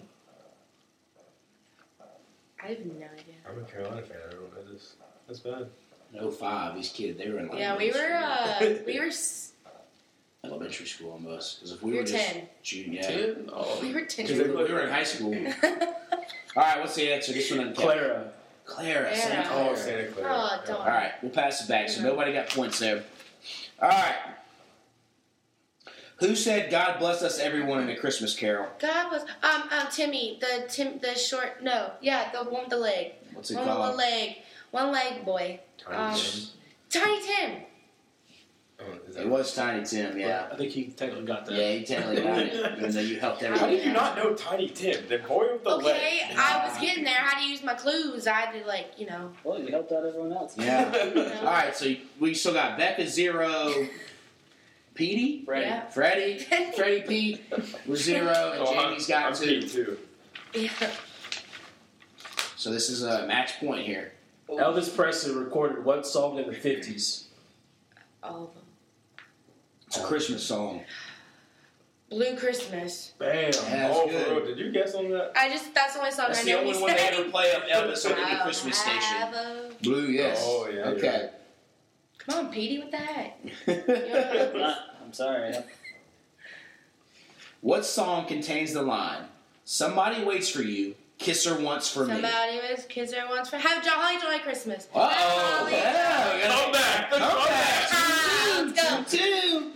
[SPEAKER 3] I have no idea.
[SPEAKER 5] I'm a Carolina fan. I don't know this. That's bad.
[SPEAKER 2] No Oh, five. These kids, they were in like
[SPEAKER 3] Yeah, we were. Uh, we were. s-
[SPEAKER 2] elementary school on us. Because if we
[SPEAKER 3] We were
[SPEAKER 2] were just
[SPEAKER 3] ten.
[SPEAKER 2] junior, yeah.
[SPEAKER 1] Ten? Oh.
[SPEAKER 3] We were
[SPEAKER 2] Because we
[SPEAKER 3] ten.
[SPEAKER 2] were we were in high school. All right, what's the answer? This one, didn't count.
[SPEAKER 1] Clara.
[SPEAKER 2] Clara, Santa
[SPEAKER 3] Yeah.
[SPEAKER 2] Clara.
[SPEAKER 5] Oh, Santa Clara.
[SPEAKER 3] Oh, don't.
[SPEAKER 2] All right, we'll pass it back. So nobody got points there. All right. Who said "God bless us, everyone" in a Christmas Carol?
[SPEAKER 3] God was um um Timmy the Tim the short no yeah the one with the leg
[SPEAKER 2] What's it
[SPEAKER 3] one with one
[SPEAKER 2] called?
[SPEAKER 3] leg one leg boy
[SPEAKER 5] Tiny
[SPEAKER 3] Um,
[SPEAKER 5] Tim.
[SPEAKER 3] Tiny Tim
[SPEAKER 5] Oh, is that
[SPEAKER 2] It was Tiny Tim. Yeah.
[SPEAKER 1] I think he technically got that.
[SPEAKER 2] Yeah, he technically got it, even though you helped
[SPEAKER 5] How
[SPEAKER 2] everybody.
[SPEAKER 5] did you
[SPEAKER 2] out.
[SPEAKER 5] not know Tiny Tim? The boy with the
[SPEAKER 3] okay
[SPEAKER 5] leg.
[SPEAKER 3] I was getting there how to use my clues I had to like you know
[SPEAKER 4] Well, you helped out everyone else.
[SPEAKER 2] Yeah. All
[SPEAKER 3] No.
[SPEAKER 2] right, so we still got Becca zero, Petey,
[SPEAKER 4] Ready.
[SPEAKER 3] yeah
[SPEAKER 2] Freddie, Freddie Pete was zero, and
[SPEAKER 5] Oh, I'm-
[SPEAKER 2] Jamie's got
[SPEAKER 5] I'm
[SPEAKER 2] two.
[SPEAKER 5] Pete, too.
[SPEAKER 3] yeah
[SPEAKER 2] So this is a match point here.
[SPEAKER 1] Elvis Presley recorded what song in the 50s?
[SPEAKER 3] all of them
[SPEAKER 2] It's a Christmas song.
[SPEAKER 3] Blue Christmas
[SPEAKER 1] Bam.
[SPEAKER 2] Yeah, that's
[SPEAKER 5] oh,
[SPEAKER 2] good.
[SPEAKER 5] for real. Did you guess on that?
[SPEAKER 3] I just that's the only song
[SPEAKER 2] That's
[SPEAKER 3] I
[SPEAKER 2] the
[SPEAKER 3] know
[SPEAKER 2] only
[SPEAKER 3] he
[SPEAKER 2] one they
[SPEAKER 3] sang.
[SPEAKER 2] ever play up Elvis on any
[SPEAKER 3] I'll
[SPEAKER 2] Christmas
[SPEAKER 3] have
[SPEAKER 2] station.
[SPEAKER 3] a-
[SPEAKER 2] Blue, yes.
[SPEAKER 5] Oh, yeah, you're
[SPEAKER 2] Okay.
[SPEAKER 3] Come on, Petey, what the heck?
[SPEAKER 4] I'm not- I'm sorry.
[SPEAKER 2] What song contains the line, Somebody waits for you, kiss her once for me?
[SPEAKER 3] Somebody was kids are once for have jolly jolly Christmas.
[SPEAKER 2] Uh
[SPEAKER 3] Have
[SPEAKER 2] oh.
[SPEAKER 3] jolly,
[SPEAKER 2] Yeah. we gotta-
[SPEAKER 1] Come back.
[SPEAKER 2] Come
[SPEAKER 1] Come
[SPEAKER 2] back.
[SPEAKER 1] back.
[SPEAKER 3] Ah, let's go.
[SPEAKER 2] Two.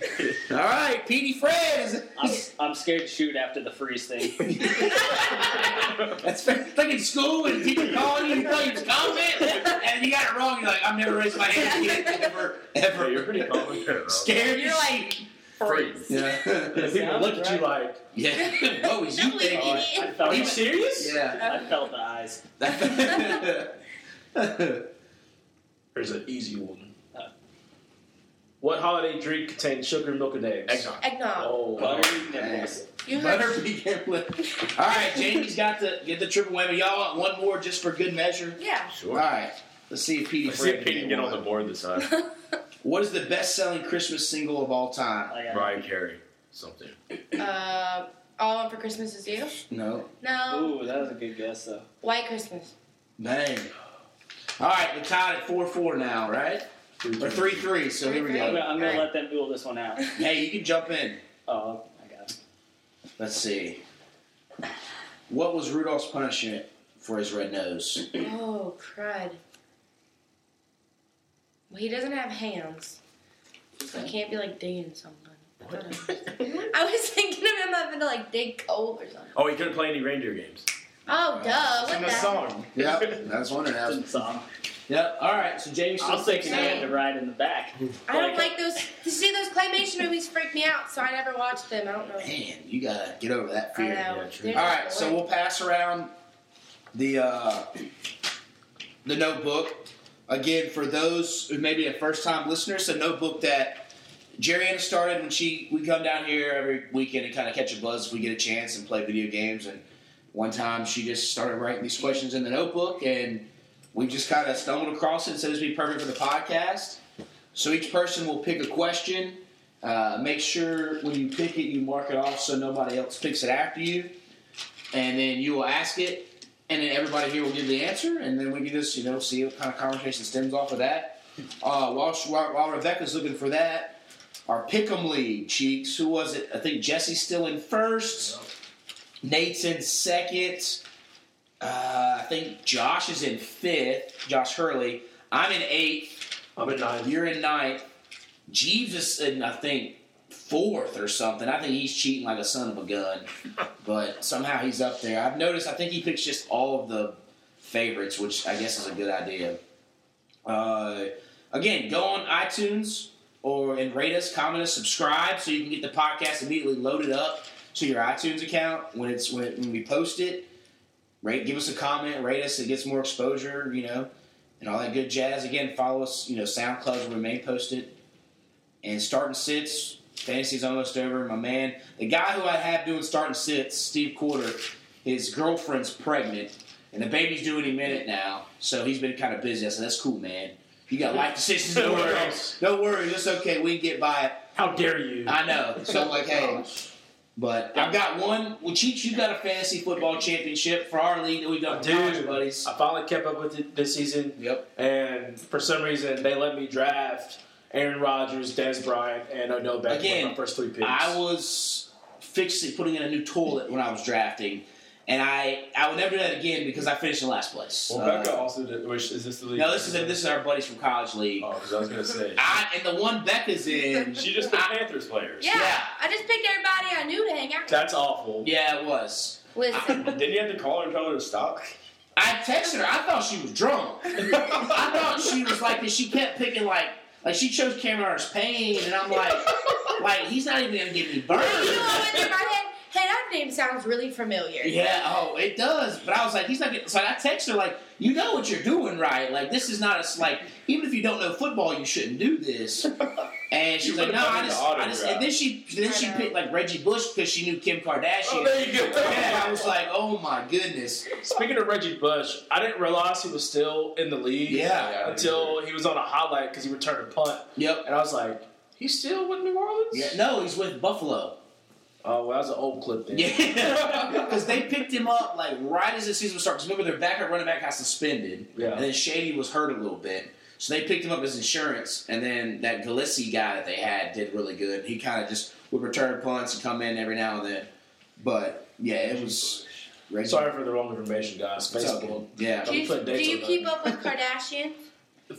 [SPEAKER 2] All right, Petey Fred
[SPEAKER 4] I'm,
[SPEAKER 2] is.
[SPEAKER 4] I'm scared to shoot after the freeze thing.
[SPEAKER 2] That's fair. It's like in school and people calling you and tell you it's
[SPEAKER 4] Oh,
[SPEAKER 2] COVID, and you got it wrong. You're like, I'm never raised my hand again, ever, ever.
[SPEAKER 5] You're pretty confident.
[SPEAKER 2] Scared.
[SPEAKER 3] You're like freeze.
[SPEAKER 2] Yeah.
[SPEAKER 1] And people look at you like,
[SPEAKER 2] yeah. What was you
[SPEAKER 3] Don't leave
[SPEAKER 2] thinking?
[SPEAKER 4] Oh,
[SPEAKER 3] me.
[SPEAKER 4] I, I felt
[SPEAKER 1] are you
[SPEAKER 4] it.
[SPEAKER 1] serious?
[SPEAKER 2] Yeah.
[SPEAKER 4] I felt the eyes.
[SPEAKER 1] Here's an easy one.
[SPEAKER 4] Oh.
[SPEAKER 1] What holiday drink contains sugar, milk, and eggs?
[SPEAKER 5] Eggnog.
[SPEAKER 3] uh, Eggnog.
[SPEAKER 1] Oh,
[SPEAKER 4] Buttery nipples.
[SPEAKER 3] You have
[SPEAKER 2] Butter began with. All right, Jamie's got the get the triple whammy. Y'all want one more just for good measure?
[SPEAKER 3] yeah.
[SPEAKER 2] All
[SPEAKER 5] Sure.
[SPEAKER 2] right. Let's see if Petey
[SPEAKER 5] Let's see
[SPEAKER 2] Fred
[SPEAKER 5] if Pete can get on
[SPEAKER 2] one.
[SPEAKER 5] the board this time.
[SPEAKER 3] Uh,
[SPEAKER 2] What is the best-selling Christmas single of all time?
[SPEAKER 4] I got
[SPEAKER 5] Brian Carey, something.
[SPEAKER 3] Uh, all I want for Christmas is you.
[SPEAKER 2] No.
[SPEAKER 3] No.
[SPEAKER 4] Ooh, that was a good guess though.
[SPEAKER 3] White Christmas.
[SPEAKER 2] Bang. All right, we're tied at 4 4 now, right? Or 3 3, so here we
[SPEAKER 4] I'm
[SPEAKER 2] go.
[SPEAKER 4] gonna, I'm gonna let them duel this one out.
[SPEAKER 2] Hey, you can jump in.
[SPEAKER 4] Oh, I got it.
[SPEAKER 2] Let's see. What was Rudolph's punishment for his red nose?
[SPEAKER 3] Oh crud. Well, he doesn't have hands. So I can't be like digging something. I thought I was- I was thinking of him having to like dig coal or something.
[SPEAKER 5] Oh, he couldn't play any reindeer games.
[SPEAKER 3] Oh, duh. What the
[SPEAKER 2] Yep, I was wondering. I was-
[SPEAKER 4] Good song.
[SPEAKER 2] Yep, all right, so Jamie's
[SPEAKER 4] I
[SPEAKER 2] still
[SPEAKER 4] was thinking I had
[SPEAKER 2] thinking.
[SPEAKER 4] to ride in the back.
[SPEAKER 3] I
[SPEAKER 4] uh,
[SPEAKER 3] don't like those. You see, those claymation movies freak me out, so I never watched them. I don't know.
[SPEAKER 2] Man, you gotta get over that
[SPEAKER 3] I
[SPEAKER 2] fear.
[SPEAKER 3] know.
[SPEAKER 5] Yeah, true.
[SPEAKER 2] All right, so we'll pass around the uh, the notebook again for those who may be a first time listener. It's a notebook that Jerrianna started when she we come down here every weekend and kind of catch a buzz if we get a chance and play video games. And one time she just started writing these questions in the notebook, and we just kind of stumbled across it. and said this would be perfect for the podcast. So each person will pick a question. Uh, make sure when you pick it, you mark it off so nobody else picks it after you. And then you will ask it, and then everybody here will give the answer, and then we can just, you know, see what kind of conversation stems off of that. Uh, while, she- while, while Rebecca's looking for that, our Pick'em lead, Cheeks, who was it? I think Jesse's still in first, Nate's in second, uh, I think Josh is in fifth, Josh Hurley. I'm in eighth,
[SPEAKER 1] I'm at nine.
[SPEAKER 2] you're in ninth. Jeeves is in, I think, fourth or something. I think he's cheating like a son of a gun, but somehow he's up there. I've noticed. I think he picks just all of the favorites, which I guess is a good idea. Uh, again, go on iTunes or and rate us, comment us, subscribe, so you can get the podcast immediately loaded up to your iTunes account when it's when, it, when we post it. Rate, give us a comment, rate us. It gets more exposure, you know and all that good jazz. Again, follow us, you know, SoundCloud where we may post it. And starting sits, fantasy's almost over. My man, the guy who I have doing starting sits, Steve Quarter, his girlfriend's pregnant, and the baby's due any minute now, so he's been kind of busy. I said, that's cool, man. You got life decisions, no
[SPEAKER 1] No
[SPEAKER 2] worries.
[SPEAKER 1] worries.
[SPEAKER 2] No worries, it's okay. We can get by it.
[SPEAKER 1] How dare you?
[SPEAKER 2] I know. So I'm like, hey. But I've got one. Well, Cheech, you got a fantasy football championship for our league that we've done,
[SPEAKER 1] Dude.
[SPEAKER 2] college buddies.
[SPEAKER 1] I finally kept up with it this season,
[SPEAKER 2] Yep.
[SPEAKER 1] and for some reason, they let me draft Aaron Rodgers, Des Bryant, and Odell Beckham
[SPEAKER 2] Again,
[SPEAKER 1] with my first three picks.
[SPEAKER 2] I was fixing putting in a new toilet when I was drafting, and I I would never do that again because I finished in last place.
[SPEAKER 5] Well,
[SPEAKER 2] Uh,
[SPEAKER 5] Becca also did. Which is this the league?
[SPEAKER 2] no, this is this is our buddies from college league.
[SPEAKER 5] Oh, because I was gonna say.
[SPEAKER 2] I, and the one Becca's in,
[SPEAKER 5] She just the Panthers players.
[SPEAKER 3] Yeah,
[SPEAKER 2] Yeah.
[SPEAKER 3] I just picked everybody I knew to hang out. with.
[SPEAKER 1] That's awful.
[SPEAKER 2] yeah, it was.
[SPEAKER 3] Listen,
[SPEAKER 5] Didn't you have to call her and tell her to stop?
[SPEAKER 2] I texted her. I thought she was drunk. I thought she was like that. She kept picking like like she chose Cameron's pain, and I'm like like he's not even gonna give me
[SPEAKER 3] you know
[SPEAKER 2] burned.
[SPEAKER 3] what went through my head? Hey, that name sounds really familiar.
[SPEAKER 2] Yeah, oh, it does. But I was like, he's not getting. So I text her like, you know what you're doing, right? Like this is not a s- like even if you don't know football, you shouldn't do this. And she's
[SPEAKER 5] You
[SPEAKER 2] like,
[SPEAKER 5] would've
[SPEAKER 2] no,
[SPEAKER 5] done
[SPEAKER 2] I
[SPEAKER 5] the
[SPEAKER 2] just, I just. And then she then
[SPEAKER 3] I
[SPEAKER 2] she
[SPEAKER 3] know.
[SPEAKER 2] picked like Reggie Bush because she knew Kim Kardashian.
[SPEAKER 5] Oh, there you go.
[SPEAKER 2] yeah, I was like, oh my goodness.
[SPEAKER 1] Speaking of Reggie Bush, I didn't realize he was still in the league
[SPEAKER 2] Yeah.
[SPEAKER 1] until he was on a highlight because he returned a punt,
[SPEAKER 2] Yep.
[SPEAKER 1] and I was like, he's still with New Orleans?
[SPEAKER 2] Yeah, no, he's with Buffalo.
[SPEAKER 1] Oh, well, that was an old clip then.
[SPEAKER 2] Yeah, because they picked him up like right as the season started. 'Cause remember, their backup running back got suspended,
[SPEAKER 1] Yeah.
[SPEAKER 2] and then Shady was hurt a little bit. So they picked him up as insurance, and then that Galissi guy that they had did really good. He kind of just would return punts and come in every now and then. But yeah, it was. Reggie-
[SPEAKER 1] Sorry for the wrong information, guys.
[SPEAKER 2] What's up,
[SPEAKER 1] Baseball.
[SPEAKER 2] Yeah.
[SPEAKER 3] Do you,
[SPEAKER 1] put
[SPEAKER 3] do
[SPEAKER 1] dates
[SPEAKER 3] you
[SPEAKER 1] on
[SPEAKER 3] keep
[SPEAKER 1] that.
[SPEAKER 3] up with Kardashian?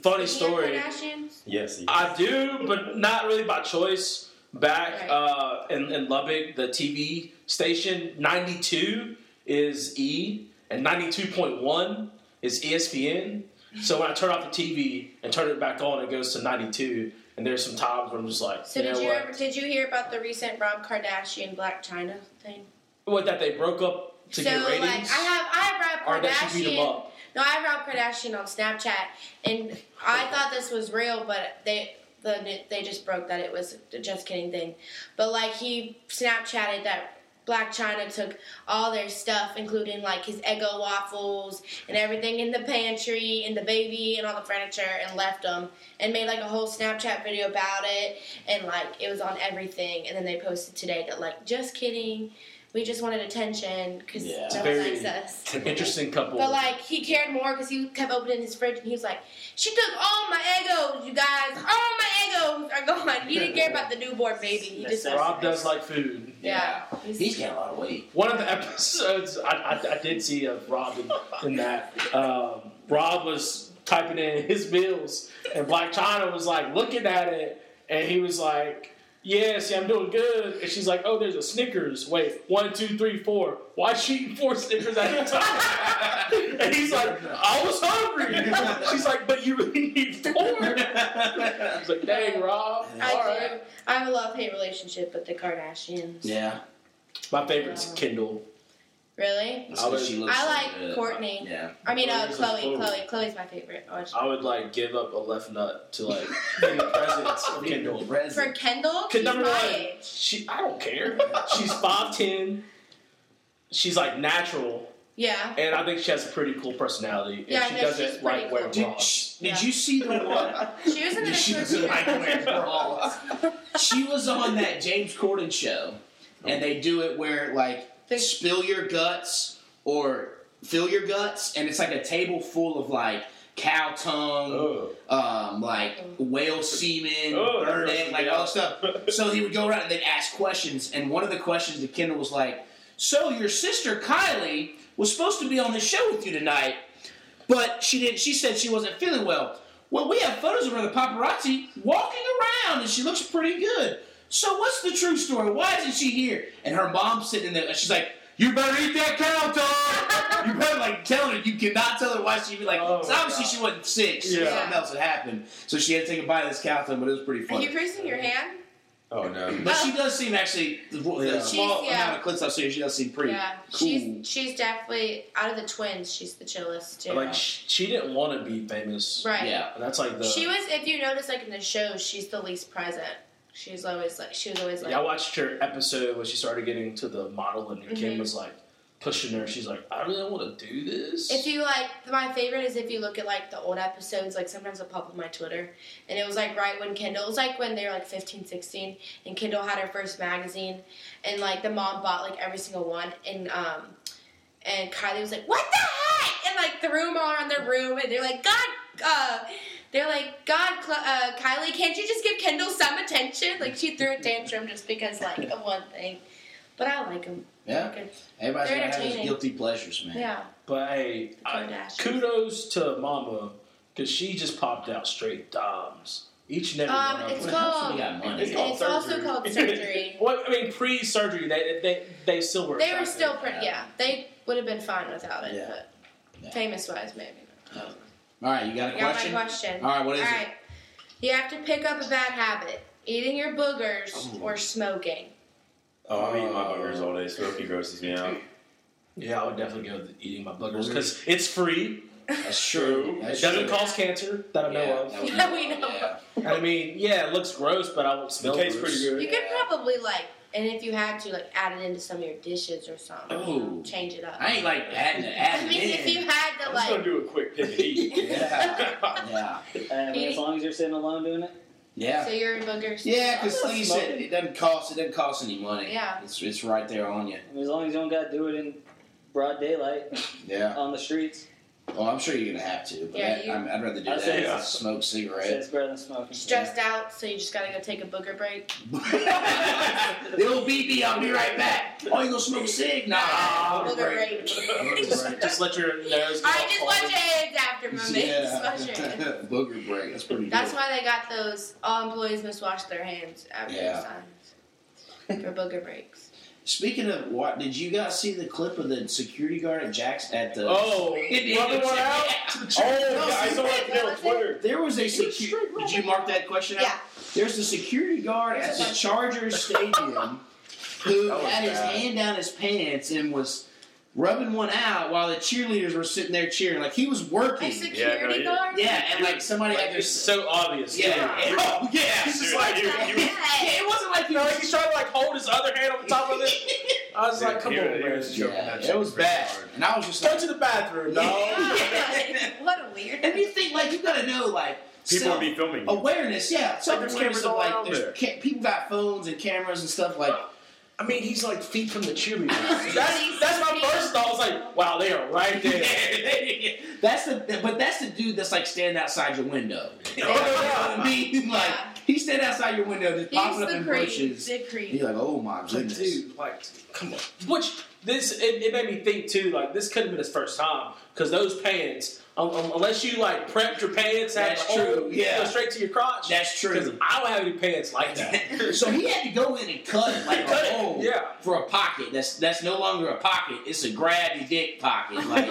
[SPEAKER 1] Funny
[SPEAKER 3] Kim
[SPEAKER 1] story.
[SPEAKER 3] Kardashians?
[SPEAKER 5] Yes.
[SPEAKER 2] Uh,
[SPEAKER 1] I
[SPEAKER 5] he-
[SPEAKER 1] do, but not really by choice. Back
[SPEAKER 3] Right.
[SPEAKER 1] uh, in, in Lubbock, the TV E station 92 is E, and 92.1 is E ESPN. So when I turn off the TV and turn it back on, it goes to 92. And there's some times where I'm just like,
[SPEAKER 3] So
[SPEAKER 1] you
[SPEAKER 3] did
[SPEAKER 1] know
[SPEAKER 3] you
[SPEAKER 1] what?
[SPEAKER 3] ever, did you hear about the recent Rob Kardashian Black China thing?
[SPEAKER 1] what that they broke up to
[SPEAKER 3] so
[SPEAKER 1] get
[SPEAKER 3] like I
[SPEAKER 1] ratings,
[SPEAKER 3] have I have
[SPEAKER 1] or
[SPEAKER 3] Rob
[SPEAKER 1] that she beat them
[SPEAKER 3] Kardashian.
[SPEAKER 1] up.
[SPEAKER 3] No, I have Rob Kardashian on Snapchat, and I thought this was real, but they the they just broke that it was a just kidding thing. But like he Snapchatted that Black China took all their stuff, including like his Eggo waffles and everything in the pantry and the baby and all the furniture, and left them and made like a whole Snapchat video about it, and like it was on everything. And then they posted today that like just kidding. We just wanted attention because
[SPEAKER 2] Yeah.
[SPEAKER 3] no one
[SPEAKER 1] Very-
[SPEAKER 3] likes us.
[SPEAKER 1] Interesting couple.
[SPEAKER 3] But like he cared more because he kept opening his fridge and he was like, "She took all my egos, you guys. All my egos are gone." He didn't care about the newborn baby. He just
[SPEAKER 4] Necessity.
[SPEAKER 1] Rob does like food.
[SPEAKER 3] yeah.
[SPEAKER 2] He's got a lot of weight.
[SPEAKER 1] One of the episodes I, I, I did see of Rob in, in that, um, Rob was typing in his bills, and Black China was like looking at it, and he was like, "Yeah, see, I'm doing good." And she's like, "Oh, there's a Snickers. Wait, one, two, three, four. Why is she eating four Snickers at a time?" and he's like, "I was hungry." She's like, "But you really need four. I was like, "Dang, Rob.
[SPEAKER 3] I
[SPEAKER 1] All
[SPEAKER 3] do.
[SPEAKER 1] right."
[SPEAKER 3] I have a love hate relationship with the Kardashians.
[SPEAKER 2] Yeah.
[SPEAKER 1] My favorite's Kendall.
[SPEAKER 3] Really?
[SPEAKER 2] That's what she looks
[SPEAKER 3] I
[SPEAKER 2] like.
[SPEAKER 3] like
[SPEAKER 2] Uh,
[SPEAKER 3] Courtney.
[SPEAKER 2] Yeah.
[SPEAKER 3] I mean, uh,
[SPEAKER 1] Chloe's
[SPEAKER 3] Chloe.
[SPEAKER 1] cool.
[SPEAKER 3] Chloe. Chloe's my favorite. Oh, she-
[SPEAKER 1] I would like give up a left nut to like be the presence of Kendall.
[SPEAKER 3] For Kendall,
[SPEAKER 1] Cause
[SPEAKER 3] she's
[SPEAKER 1] number
[SPEAKER 3] my
[SPEAKER 1] one,
[SPEAKER 3] age.
[SPEAKER 1] she I don't care. She's five ten. She's like natural,
[SPEAKER 3] Yeah.
[SPEAKER 1] and I think she has a pretty cool personality. And
[SPEAKER 3] Yeah,
[SPEAKER 1] she
[SPEAKER 3] no,
[SPEAKER 1] doesn't
[SPEAKER 3] she's
[SPEAKER 1] like
[SPEAKER 3] pretty
[SPEAKER 1] wear
[SPEAKER 3] cool.
[SPEAKER 2] Did,
[SPEAKER 1] bras.
[SPEAKER 2] sh- did
[SPEAKER 3] Yeah.
[SPEAKER 2] you see the one?
[SPEAKER 3] She was in the
[SPEAKER 2] she
[SPEAKER 3] next
[SPEAKER 2] doesn't like wear
[SPEAKER 3] one.
[SPEAKER 2] bras. She was on that James Corden show, and they do it where like
[SPEAKER 3] They-
[SPEAKER 2] spill your guts or fill your guts, and it's like a table full of like cow tongue,
[SPEAKER 5] Oh.
[SPEAKER 2] um, like whale semen,
[SPEAKER 5] Oh, that
[SPEAKER 2] bird egg,
[SPEAKER 5] grosses
[SPEAKER 2] like
[SPEAKER 5] me
[SPEAKER 2] all
[SPEAKER 5] out.
[SPEAKER 2] this stuff. So he would go around and they'd ask questions, and one of the questions that Kendall was like, "So your sister Kylie was supposed to be on the show with you tonight, but she didn't. She said she wasn't feeling well. Well, we have photos of her, in the paparazzi, walking around, and she looks pretty good. So what's the true story? Why isn't she here? And her mom's sitting in there, and she's like." You better eat that cow, dog. You better like tell her. You cannot tell her why she be like.
[SPEAKER 1] Oh,
[SPEAKER 2] so obviously
[SPEAKER 1] God.
[SPEAKER 2] she wasn't sick. She-
[SPEAKER 1] Yeah.
[SPEAKER 2] Something else had happened, so she had to take a bite of this cow tongue, but it was pretty
[SPEAKER 3] Are
[SPEAKER 2] funny.
[SPEAKER 3] you creasing your hand?
[SPEAKER 5] Oh no.
[SPEAKER 2] But she does seem actually the, the
[SPEAKER 5] Yeah.
[SPEAKER 2] small
[SPEAKER 3] She's- yeah.
[SPEAKER 2] amount of clips I've seen. She does seem pretty
[SPEAKER 3] yeah.
[SPEAKER 2] cool.
[SPEAKER 3] She's she's definitely out of the twins. She's the chillest too.
[SPEAKER 1] Like she, she didn't want to be famous,
[SPEAKER 3] right.
[SPEAKER 2] yeah,
[SPEAKER 1] and that's like the.
[SPEAKER 3] She was, if you notice, like in the show, she's the least present. She's always like, she was always like,
[SPEAKER 1] yeah, I watched her episode when she started getting to the model, and Kim
[SPEAKER 3] Mhm.
[SPEAKER 1] was like pushing her. She's like, I really don't want to do this.
[SPEAKER 3] If you like, my favorite is if you look at like the old episodes, like sometimes it'll pop up my Twitter. And it was like right when Kendall, it was like when they were like 15, 16, and Kendall had her first magazine. And like the mom bought like every single one. And, um, and Kylie was like, what the heck? And like threw them all around their room. And they're like, God, uh, they're like, God, Cl- uh, Kylie, can't you just give Kendall some attention? Like she threw a tantrum just because like of one thing. But I like them.
[SPEAKER 2] yeah. Everybody's
[SPEAKER 3] They're
[SPEAKER 2] gonna have his
[SPEAKER 3] entertaining.
[SPEAKER 2] guilty pleasures, man.
[SPEAKER 3] Yeah.
[SPEAKER 1] But hey, I,
[SPEAKER 3] Kardashians.
[SPEAKER 1] kudos to Mama because she just popped out straight dimes. Each and every
[SPEAKER 3] Um,
[SPEAKER 1] one of
[SPEAKER 3] it's
[SPEAKER 1] them.
[SPEAKER 3] called.
[SPEAKER 2] We got money.
[SPEAKER 3] It's,
[SPEAKER 5] called
[SPEAKER 3] it's also
[SPEAKER 5] surgery.
[SPEAKER 3] called surgery.
[SPEAKER 1] Well, I mean, pre-surgery, they they they still were.
[SPEAKER 3] they were
[SPEAKER 1] attractive.
[SPEAKER 3] still pretty. Yeah, they would have been fine without it.
[SPEAKER 2] Yeah.
[SPEAKER 3] But
[SPEAKER 2] Yeah.
[SPEAKER 3] famous wise, maybe.
[SPEAKER 2] Oh. All right, you got a
[SPEAKER 3] I got
[SPEAKER 2] question?
[SPEAKER 3] my question.
[SPEAKER 2] All right, what is
[SPEAKER 3] All right. You have to pick up a bad habit: eating your boogers or smoking.
[SPEAKER 5] Oh, I'm eating my boogers all day. Smokey grosses me out.
[SPEAKER 1] Yeah, I would definitely go with eating my boogers because it's free.
[SPEAKER 2] it? That's true. That's
[SPEAKER 1] It doesn't
[SPEAKER 2] true.
[SPEAKER 1] cause cancer that I
[SPEAKER 2] Yeah,
[SPEAKER 1] know of.
[SPEAKER 2] that was-
[SPEAKER 3] Yeah, we know.
[SPEAKER 2] yeah.
[SPEAKER 1] And I mean, yeah, it looks gross, but I won't
[SPEAKER 5] It
[SPEAKER 1] smell.
[SPEAKER 5] tastes
[SPEAKER 1] gross.
[SPEAKER 5] pretty good.
[SPEAKER 3] You could probably like, and if you had to, like, add it into some of your dishes or something. you know,
[SPEAKER 2] Ooh.
[SPEAKER 3] change it up.
[SPEAKER 2] Oh. I ain't like adding to
[SPEAKER 3] I
[SPEAKER 2] add
[SPEAKER 3] mean, if
[SPEAKER 2] it
[SPEAKER 3] you
[SPEAKER 2] in.
[SPEAKER 3] had to
[SPEAKER 5] I'm just gonna
[SPEAKER 3] like,
[SPEAKER 5] do a quick pick and eat. Oh,
[SPEAKER 2] Yeah, yeah,
[SPEAKER 4] I mean, as long as you're sitting alone doing it.
[SPEAKER 2] yeah,
[SPEAKER 3] so you're boogers.
[SPEAKER 2] yeah. Because
[SPEAKER 4] I'm
[SPEAKER 2] like you
[SPEAKER 4] not
[SPEAKER 2] said, it doesn't cost. It doesn't cost any money.
[SPEAKER 3] Yeah.
[SPEAKER 2] it's it's right there on you.
[SPEAKER 4] I mean, as long as you don't got to do it in broad daylight
[SPEAKER 2] Yeah,
[SPEAKER 4] on the streets.
[SPEAKER 2] Well, I'm sure you're gonna have to, but
[SPEAKER 3] Yeah,
[SPEAKER 2] I,
[SPEAKER 3] you-
[SPEAKER 2] I'm, I'd rather do
[SPEAKER 4] I'd
[SPEAKER 2] that
[SPEAKER 4] say
[SPEAKER 2] than
[SPEAKER 5] yeah.
[SPEAKER 2] smoke cigarette.
[SPEAKER 4] It's better than smoking.
[SPEAKER 3] Stressed out, so you just gotta go take a booger break.
[SPEAKER 2] the old BB, I'll be right back. Oh, you gonna smoke a cig? Nah, I'll
[SPEAKER 3] booger
[SPEAKER 2] break.
[SPEAKER 3] break.
[SPEAKER 1] just, just let your nose.
[SPEAKER 3] All right, just watch your hands after, my man. Just
[SPEAKER 2] Yeah.
[SPEAKER 3] wash your hands.
[SPEAKER 2] Booger break. That's pretty
[SPEAKER 3] That's
[SPEAKER 2] good.
[SPEAKER 3] why they got those. All employees must wash their hands after
[SPEAKER 2] Yeah.
[SPEAKER 3] signs for booger breaks.
[SPEAKER 2] Speaking of what, did you guys see the clip of the security guard at Jack's at the?
[SPEAKER 1] Oh,
[SPEAKER 2] Indiana
[SPEAKER 1] brother, what out?
[SPEAKER 2] Jack's?
[SPEAKER 5] Oh, yeah, I saw
[SPEAKER 3] What
[SPEAKER 5] that today on
[SPEAKER 3] was it?
[SPEAKER 5] Twitter.
[SPEAKER 2] There was a
[SPEAKER 3] straight
[SPEAKER 2] security.
[SPEAKER 3] roll
[SPEAKER 2] Did you
[SPEAKER 3] back.
[SPEAKER 2] mark that question out?
[SPEAKER 3] Yeah.
[SPEAKER 2] There's a security guard at the Chargers stadium who
[SPEAKER 5] That was
[SPEAKER 2] had his
[SPEAKER 5] bad.
[SPEAKER 2] hand down his pants and was rubbing one out while the cheerleaders were sitting there cheering. Like he was
[SPEAKER 3] A
[SPEAKER 2] working.
[SPEAKER 3] security
[SPEAKER 5] yeah.
[SPEAKER 3] guard?
[SPEAKER 2] Yeah, and like somebody had their.
[SPEAKER 1] It's so obvious.
[SPEAKER 2] yeah. and- oh, yeah. It's just
[SPEAKER 5] Dude,
[SPEAKER 2] like.
[SPEAKER 5] you-
[SPEAKER 2] yeah,
[SPEAKER 5] you-
[SPEAKER 2] it wasn't like he
[SPEAKER 1] You know,
[SPEAKER 2] was.
[SPEAKER 1] like he's trying to like hold his other hand on the top of it. I was like, come
[SPEAKER 5] He-
[SPEAKER 1] on,
[SPEAKER 5] he
[SPEAKER 1] man.
[SPEAKER 5] was joking
[SPEAKER 2] Yeah,
[SPEAKER 5] that
[SPEAKER 2] it
[SPEAKER 5] shit
[SPEAKER 2] was
[SPEAKER 5] pretty
[SPEAKER 2] bad.
[SPEAKER 5] hard.
[SPEAKER 2] And I was just
[SPEAKER 1] Go
[SPEAKER 2] like.
[SPEAKER 1] to the bathroom,
[SPEAKER 2] Yeah.
[SPEAKER 1] dog.
[SPEAKER 3] Yeah. what a weird.
[SPEAKER 2] And you think like you gotta know like
[SPEAKER 5] People
[SPEAKER 2] self-
[SPEAKER 5] would be filming.
[SPEAKER 2] oh,
[SPEAKER 5] you.
[SPEAKER 2] awareness, yeah, self awareness
[SPEAKER 5] cameras
[SPEAKER 2] of
[SPEAKER 5] all
[SPEAKER 2] like
[SPEAKER 5] around
[SPEAKER 2] there's
[SPEAKER 5] there.
[SPEAKER 2] ca- people got phones and cameras and stuff like.
[SPEAKER 1] I mean, he's like feet from the cheerleader.
[SPEAKER 3] That's-
[SPEAKER 1] that's, that's my first thought. I was like, wow, they are right there.
[SPEAKER 2] that's the but that's the dude that's like standing outside your window. You know what I
[SPEAKER 1] Oh, Yeah.
[SPEAKER 2] mean? Like
[SPEAKER 3] Yeah.
[SPEAKER 2] he's standing outside your window, just
[SPEAKER 3] He's
[SPEAKER 2] popping up
[SPEAKER 3] the
[SPEAKER 2] in
[SPEAKER 3] creep.
[SPEAKER 2] bushes.
[SPEAKER 3] The
[SPEAKER 2] He's
[SPEAKER 3] creep.
[SPEAKER 2] like, oh my
[SPEAKER 1] Like,
[SPEAKER 2] goodness.
[SPEAKER 1] dude, like, come on. Which this it, it made me think too. Like, this could have been his first time because those pants, um, um, unless you like prepped your pants, had
[SPEAKER 2] That's
[SPEAKER 1] the hole,
[SPEAKER 2] true,
[SPEAKER 1] you
[SPEAKER 2] yeah.
[SPEAKER 1] go straight to your crotch.
[SPEAKER 2] That's
[SPEAKER 1] Because
[SPEAKER 2] true.
[SPEAKER 1] I don't have any pants like that.
[SPEAKER 2] so he had to go in and cut like oh,
[SPEAKER 1] Cut
[SPEAKER 2] a
[SPEAKER 1] it,
[SPEAKER 2] hole
[SPEAKER 1] yeah.
[SPEAKER 2] for a pocket. That's that's no longer a pocket. It's a grab your dick pocket. Like,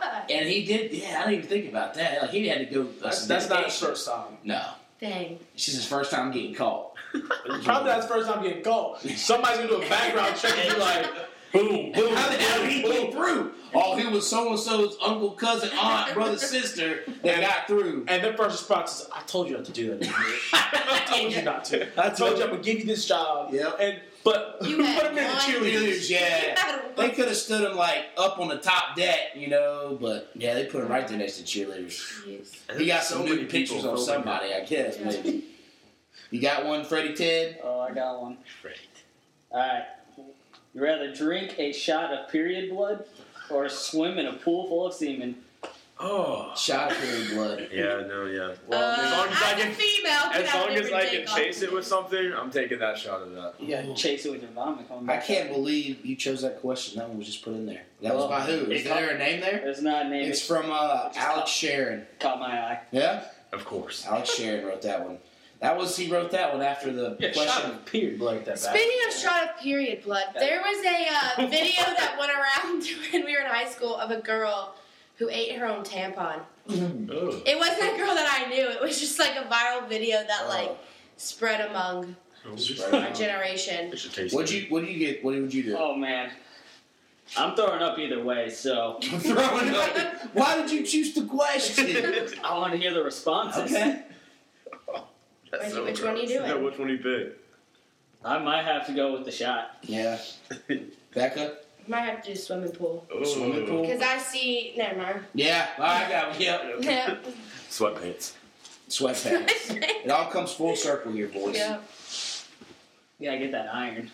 [SPEAKER 2] and he did. Yeah, I didn't even think about that. Like he had to go.
[SPEAKER 1] That's, that's not his
[SPEAKER 2] dedication.
[SPEAKER 1] first time.
[SPEAKER 2] No,
[SPEAKER 3] Dang.
[SPEAKER 2] this is his first time getting caught.
[SPEAKER 1] Probably not his first time getting caught. Somebody's gonna do a background check and be like, boom, boom,
[SPEAKER 2] How the hell did he
[SPEAKER 1] boom,
[SPEAKER 2] get through? Oh, he was so and so's uncle, cousin, aunt, brother, sister that got through.
[SPEAKER 1] And their first response is, I told you not to do that. I told you not to. I told you I'm gonna give you this job.
[SPEAKER 2] Yep.
[SPEAKER 1] And but
[SPEAKER 3] You
[SPEAKER 1] put
[SPEAKER 3] had
[SPEAKER 1] him in the
[SPEAKER 3] one-
[SPEAKER 1] cheerleaders.
[SPEAKER 2] Cheerleaders, yeah. They could have stood him like up on the top deck, you know, but yeah, they put him right there next to cheerleaders.
[SPEAKER 3] Jeez.
[SPEAKER 2] He got some
[SPEAKER 5] many
[SPEAKER 2] new pictures
[SPEAKER 5] people
[SPEAKER 2] on
[SPEAKER 5] filming
[SPEAKER 2] somebody, I guess,
[SPEAKER 3] Yeah.
[SPEAKER 2] maybe. You got one, Freddie Ted?
[SPEAKER 4] Oh, I got one.
[SPEAKER 5] Great.
[SPEAKER 4] All right. You rather drink a shot of period blood or swim in a pool full of semen?
[SPEAKER 5] Oh.
[SPEAKER 2] Shot of period blood.
[SPEAKER 5] Yeah, no, yeah. as
[SPEAKER 3] Uh,
[SPEAKER 5] long as I
[SPEAKER 3] I'm a
[SPEAKER 5] can,
[SPEAKER 3] female. but
[SPEAKER 5] as
[SPEAKER 3] I would
[SPEAKER 5] long as
[SPEAKER 3] never
[SPEAKER 5] I
[SPEAKER 3] take
[SPEAKER 5] can
[SPEAKER 3] off.
[SPEAKER 5] chase it with something, I'm taking that shot of that.
[SPEAKER 4] You gotta chase it with your vomit coming
[SPEAKER 2] I
[SPEAKER 4] back.
[SPEAKER 2] can't believe you chose that question. That one was just put in there. That was by who? Oh. Is there a name there?
[SPEAKER 4] There's not a name.
[SPEAKER 2] It's
[SPEAKER 4] It's
[SPEAKER 2] from uh, Alex Sharon.
[SPEAKER 4] caught my eye.
[SPEAKER 2] Yeah?
[SPEAKER 5] Of course.
[SPEAKER 2] Alex Sharon wrote that one. That was, he wrote that one after the
[SPEAKER 1] Yeah, shot
[SPEAKER 2] question.
[SPEAKER 1] him, period. Like that. back.
[SPEAKER 3] Speaking of shot of period blood, there was a uh, video that went around when we were in high school of a girl who ate her own tampon.
[SPEAKER 5] Oh.
[SPEAKER 3] It wasn't a girl that I knew. It was just like a viral video that like spread among our generation.
[SPEAKER 5] It should taste
[SPEAKER 2] What'd you, what do you get? What would you do?
[SPEAKER 4] Oh man, I'm throwing up either way. So
[SPEAKER 2] throwing up. Why did you choose the question?
[SPEAKER 4] I want to hear the responses.
[SPEAKER 2] okay.
[SPEAKER 3] Which- so which one you gross. doing?
[SPEAKER 5] which one you pick?
[SPEAKER 4] I might have to go with the shot.
[SPEAKER 2] Yeah. Becca?
[SPEAKER 3] Might have to do swimming pool
[SPEAKER 2] Swimming pool?
[SPEAKER 3] because I see. Never mind.
[SPEAKER 2] Yeah. All right, I got one. Yep.
[SPEAKER 3] yeah.
[SPEAKER 5] Sweatpants.
[SPEAKER 2] Sweatpants. It all comes full circle here, boys.
[SPEAKER 3] yeah.
[SPEAKER 4] You gotta get that iron.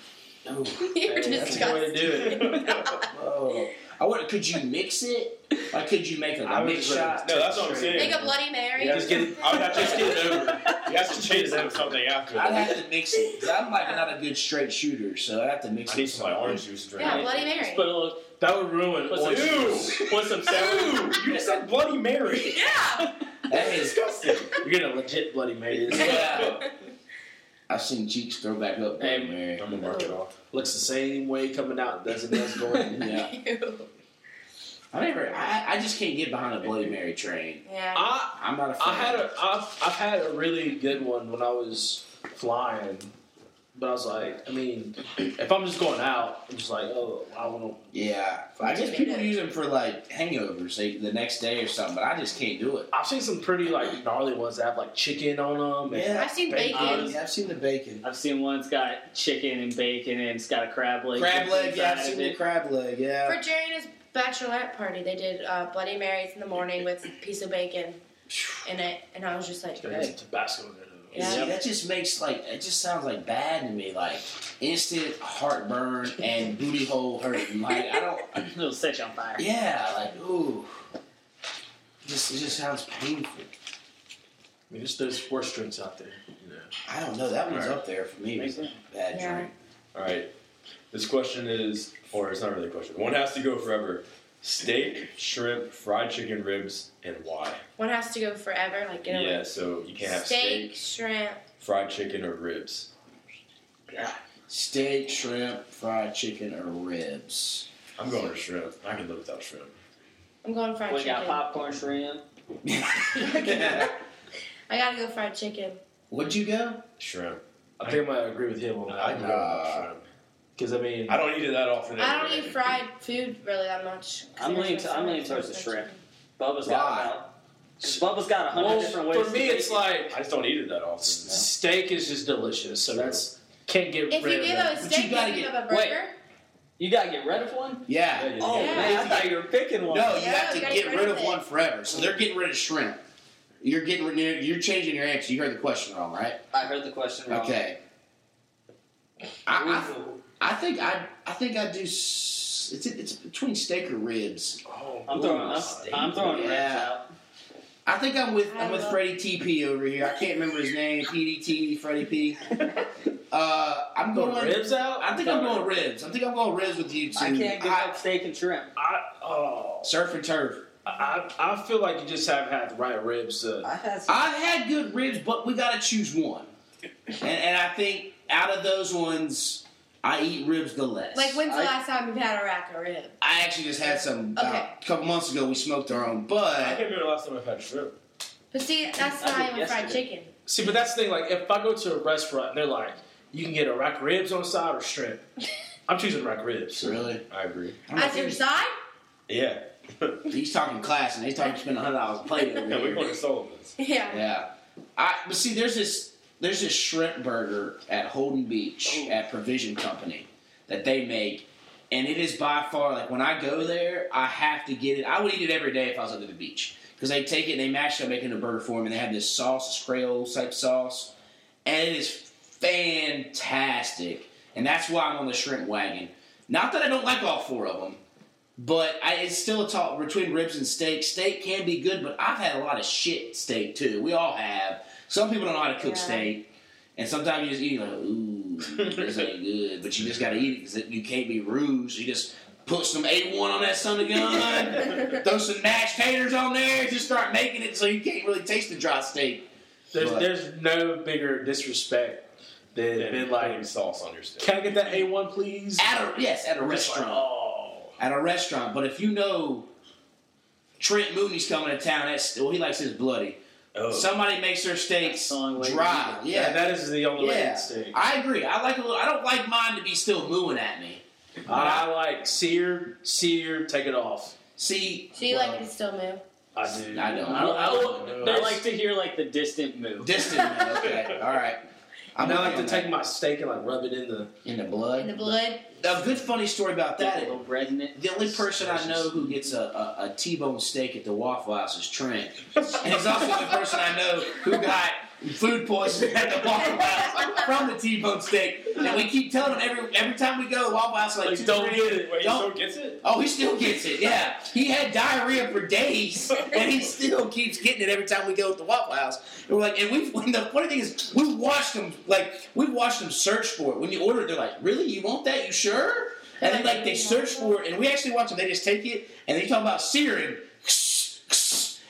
[SPEAKER 2] Ooh.
[SPEAKER 3] You're
[SPEAKER 1] That's the way to
[SPEAKER 3] disgusting.
[SPEAKER 1] do it.
[SPEAKER 2] Oh. I wonder, could you mix it? Like, could you make a
[SPEAKER 1] I would
[SPEAKER 2] mix
[SPEAKER 1] just-
[SPEAKER 2] shot?
[SPEAKER 5] No, that's what I'm saying.
[SPEAKER 3] Like a Bloody Mary.
[SPEAKER 5] Yeah,
[SPEAKER 1] Just get it.
[SPEAKER 5] I would have to just get it over. You have to chase it with something after.
[SPEAKER 2] I'd have to mix it. 'cause I'm like not a good straight shooter, so I'd have to mix
[SPEAKER 5] I
[SPEAKER 2] it.
[SPEAKER 5] need some of my orange juice to drink.
[SPEAKER 3] Yeah, Bloody Mary.
[SPEAKER 4] Just put a little,
[SPEAKER 1] That would ruin.
[SPEAKER 4] put
[SPEAKER 1] orange juice.
[SPEAKER 4] some, put some celery.
[SPEAKER 5] you just said Bloody Mary.
[SPEAKER 3] Yeah.
[SPEAKER 2] That is.
[SPEAKER 5] Disgusting.
[SPEAKER 1] You're getting a legit Bloody Mary. This
[SPEAKER 2] Yeah. I've seen cheeks throw back up.
[SPEAKER 4] Hey,
[SPEAKER 2] Bloody Mary.
[SPEAKER 5] I'm gonna mark it off.
[SPEAKER 1] looks the same way coming out as it does going. in.
[SPEAKER 2] Yeah.
[SPEAKER 3] Ew.
[SPEAKER 2] I never. I, I just can't get behind a Bloody Mary train.
[SPEAKER 3] Yeah.
[SPEAKER 1] I
[SPEAKER 2] I'm not a fan.
[SPEAKER 1] I had a I've, I've had a really good one when I was flying, but I was like, I mean, if I'm just going out, I'm just like, oh, I want to
[SPEAKER 2] Yeah, I guess people use them for like hangovers they, the next day or something, but I just can't do it.
[SPEAKER 1] I've seen some pretty like gnarly ones that have like chicken on them. And
[SPEAKER 2] Yeah.
[SPEAKER 3] I've seen
[SPEAKER 1] Bacon.
[SPEAKER 3] bacon.
[SPEAKER 2] Yeah, I've seen the bacon,
[SPEAKER 4] I've seen one that's got chicken and bacon and it's got a crab leg.
[SPEAKER 2] crab leg. Yeah, I've
[SPEAKER 4] inside
[SPEAKER 2] seen
[SPEAKER 4] of
[SPEAKER 2] the
[SPEAKER 4] it.
[SPEAKER 2] crab leg. Yeah,
[SPEAKER 3] For Jerry and his bachelorette party, they did uh, Bloody Marys in the morning with a piece of bacon in it, and I was just like,
[SPEAKER 1] There's some Tabasco in there. though.
[SPEAKER 3] Yeah.
[SPEAKER 2] See, that just makes like it just sounds like bad to me. Like instant heartburn and booty hole hurting. Like I don't.
[SPEAKER 4] It'll set you on fire.
[SPEAKER 2] Yeah, like ooh. just it just sounds painful.
[SPEAKER 1] I mean, just those sports drinks out there. You know.
[SPEAKER 2] I don't know. That one's
[SPEAKER 5] Right.
[SPEAKER 2] up there for me. It was a bad
[SPEAKER 3] Yeah.
[SPEAKER 2] drink.
[SPEAKER 5] All right. This question is, or it's not really a question. One has to go forever. Steak, shrimp, fried chicken ribs, and why?
[SPEAKER 3] One has to go forever, like get away.
[SPEAKER 5] Yeah, so you can't have
[SPEAKER 3] steak,
[SPEAKER 5] steak,
[SPEAKER 3] shrimp.
[SPEAKER 5] fried chicken, or ribs.
[SPEAKER 2] Steak, shrimp, fried chicken, or ribs.
[SPEAKER 5] I'm going to shrimp. I can live without shrimp.
[SPEAKER 3] I'm going fried
[SPEAKER 4] We
[SPEAKER 3] chicken.
[SPEAKER 4] got popcorn shrimp.
[SPEAKER 3] I gotta go fried chicken.
[SPEAKER 2] Would you go?
[SPEAKER 5] Shrimp. Uh,
[SPEAKER 1] I think I might agree with him on
[SPEAKER 5] I
[SPEAKER 1] that.
[SPEAKER 5] can go without shrimp.
[SPEAKER 1] Because, I mean,
[SPEAKER 5] I don't eat it that often.
[SPEAKER 3] I don't
[SPEAKER 5] anyway.
[SPEAKER 3] eat fried food really that much. 'cause
[SPEAKER 4] I'm
[SPEAKER 3] there's
[SPEAKER 4] leaning
[SPEAKER 3] no
[SPEAKER 4] to- I'm
[SPEAKER 3] fried
[SPEAKER 4] leaning towards
[SPEAKER 3] food,
[SPEAKER 4] the
[SPEAKER 3] fried
[SPEAKER 4] shrimp.
[SPEAKER 3] chicken.
[SPEAKER 4] Bubba's
[SPEAKER 2] Why?
[SPEAKER 4] got about. Bubba's got a hundred
[SPEAKER 1] well,
[SPEAKER 4] different ways.
[SPEAKER 1] for
[SPEAKER 4] to
[SPEAKER 1] me,
[SPEAKER 4] make
[SPEAKER 1] it's
[SPEAKER 4] it.
[SPEAKER 1] like
[SPEAKER 5] I just don't eat it that often.
[SPEAKER 1] s- steak is just delicious, so that's can't get
[SPEAKER 3] If
[SPEAKER 1] rid
[SPEAKER 3] you
[SPEAKER 1] of
[SPEAKER 3] give
[SPEAKER 1] that.
[SPEAKER 3] up a
[SPEAKER 2] But you
[SPEAKER 3] steak,
[SPEAKER 2] gotta
[SPEAKER 3] you give
[SPEAKER 2] get-
[SPEAKER 3] up a
[SPEAKER 4] wait.
[SPEAKER 3] burger.
[SPEAKER 4] you gotta get rid of one.
[SPEAKER 2] Yeah.
[SPEAKER 5] you
[SPEAKER 4] Oh
[SPEAKER 5] gotta
[SPEAKER 3] Yeah.
[SPEAKER 5] get
[SPEAKER 4] man, I thought you were picking one.
[SPEAKER 2] No, you
[SPEAKER 3] Yeah,
[SPEAKER 2] have to
[SPEAKER 3] you gotta
[SPEAKER 2] get, rid, of
[SPEAKER 3] it.
[SPEAKER 2] one forever. So they're getting rid of shrimp. You're getting rid. You're, you're changing your answer. You heard the question wrong, right?
[SPEAKER 4] I heard the question wrong.
[SPEAKER 2] Okay. I, I, I think I I think I do. s- It's it's between steak or ribs.
[SPEAKER 1] Oh,
[SPEAKER 4] I'm throwing. I'm, I'm throwing ribs
[SPEAKER 2] Yeah.
[SPEAKER 4] out.
[SPEAKER 2] I think I'm with I'm with
[SPEAKER 3] I
[SPEAKER 2] Freddie TP over here. I can't remember his name. PDT Freddie P. Uh, I'm
[SPEAKER 1] throwing
[SPEAKER 2] going.
[SPEAKER 1] ribs out?
[SPEAKER 2] I think I'm going ribs. I think I'm going ribs with you two.
[SPEAKER 4] I can't give
[SPEAKER 2] I-
[SPEAKER 4] up steak and shrimp.
[SPEAKER 1] I, oh,
[SPEAKER 2] surf and turf.
[SPEAKER 1] I, I feel like you just haven't had the right ribs. To,
[SPEAKER 4] I had some.
[SPEAKER 2] I've had good ribs, but we gotta choose one. And, and I think out of those ones, I eat ribs the less.
[SPEAKER 3] Like, when's the
[SPEAKER 4] I-
[SPEAKER 3] last time you've had a rack of ribs?
[SPEAKER 2] I actually just had some about
[SPEAKER 3] Okay.
[SPEAKER 2] a couple months ago. We smoked our own,
[SPEAKER 5] I
[SPEAKER 2] but
[SPEAKER 5] can't remember the last time I've had shrimp.
[SPEAKER 3] But see, that's
[SPEAKER 4] I
[SPEAKER 3] not
[SPEAKER 4] did
[SPEAKER 3] even fried
[SPEAKER 4] yesterday.
[SPEAKER 3] chicken.
[SPEAKER 1] see, but that's the thing. Like, if I go to a restaurant and they're like, you can get a rack of ribs on the side or shrimp, I'm choosing rack of ribs.
[SPEAKER 2] really,
[SPEAKER 5] I agree.
[SPEAKER 2] I don't know if
[SPEAKER 3] As your
[SPEAKER 2] he's,
[SPEAKER 3] side?
[SPEAKER 5] Yeah. yeah,
[SPEAKER 2] he's talking class, and he's talking spending hundred dollars a plate. Over
[SPEAKER 5] we're
[SPEAKER 2] here.
[SPEAKER 5] going to Sullivan's.
[SPEAKER 3] Yeah.
[SPEAKER 2] Yeah, I but see, there's this there's this shrimp burger at Holden Beach
[SPEAKER 4] Oh.
[SPEAKER 2] at Provision Company that they make, and it is by far like when I go there, I have to get it. I would eat it every day if I was up at the beach because they take it and they mash it up, making a burger for them, and they have this sauce, this Creole type sauce, and it is fantastic. And that's why I'm on the shrimp wagon. Not that I don't like all four of them, but I, it's still a talk between ribs and steak. Steak can be good, but I've had a lot of shit steak too. We all have. Some people don't know how to cook
[SPEAKER 3] Yeah.
[SPEAKER 2] steak, and sometimes you just eat like, ooh, this ain't good. But you just gotta eat it because you can't be rude. So you just put some A1 on that son of a gun, throw some mashed taters on there, and just start making it so you can't really taste the dry steak.
[SPEAKER 1] There's,
[SPEAKER 2] But-
[SPEAKER 1] there's no bigger disrespect than
[SPEAKER 5] And
[SPEAKER 1] been
[SPEAKER 5] putting
[SPEAKER 1] like,
[SPEAKER 5] sauce on your steak.
[SPEAKER 1] can I get that A1, please?
[SPEAKER 2] At a yes, at a
[SPEAKER 1] Just like,
[SPEAKER 2] restaurant.
[SPEAKER 1] oh.
[SPEAKER 2] at a restaurant. But if you know Trent Mooney's coming to town, that's well, he likes his bloody.
[SPEAKER 5] Oh.
[SPEAKER 2] Somebody makes their steaks
[SPEAKER 4] That's the only way to
[SPEAKER 2] dry.
[SPEAKER 1] Yeah,
[SPEAKER 2] Yeah,
[SPEAKER 1] that is the only way
[SPEAKER 2] yeah.
[SPEAKER 1] to steak.
[SPEAKER 2] I agree. I like a little. I don't like mine to be still mooing at me.
[SPEAKER 1] I like seared, seared, take it off.
[SPEAKER 2] See,
[SPEAKER 3] So you
[SPEAKER 2] well,
[SPEAKER 3] like it to still move?
[SPEAKER 1] I do.
[SPEAKER 2] I don't.
[SPEAKER 4] I, I, I,
[SPEAKER 1] There's-
[SPEAKER 4] like to hear like the distant move.
[SPEAKER 2] distant. man. Okay, all right.
[SPEAKER 1] And I like to
[SPEAKER 2] with you on
[SPEAKER 1] take my steak and like rub it in the.
[SPEAKER 2] that. in the blood.
[SPEAKER 3] In the blood?
[SPEAKER 2] A good funny story about
[SPEAKER 4] that
[SPEAKER 2] that.
[SPEAKER 4] little bread in it.
[SPEAKER 2] The only person I know who gets a, a, a T-bone steak at the Waffle House is Trent. And he's also the only person I know who got food poisoning at the Waffle House from the T-bone steak. And we keep telling him every every time we go to the Waffle House, like,
[SPEAKER 1] Like,
[SPEAKER 2] two,
[SPEAKER 1] don't
[SPEAKER 2] three-
[SPEAKER 1] get it.
[SPEAKER 5] Wait, he
[SPEAKER 2] Don't-
[SPEAKER 5] still gets it?
[SPEAKER 2] Oh, he still gets it. Yeah, he had diarrhea for days, and he still keeps getting it every time we go to the Waffle House. And we're like, and we and the funny thing is, we watched them like we watched them search for it. When you order, it, they're like, "Really? You want that? You sure?" And then like they search for it, and we actually watch them. They just take it, and they talk about searing.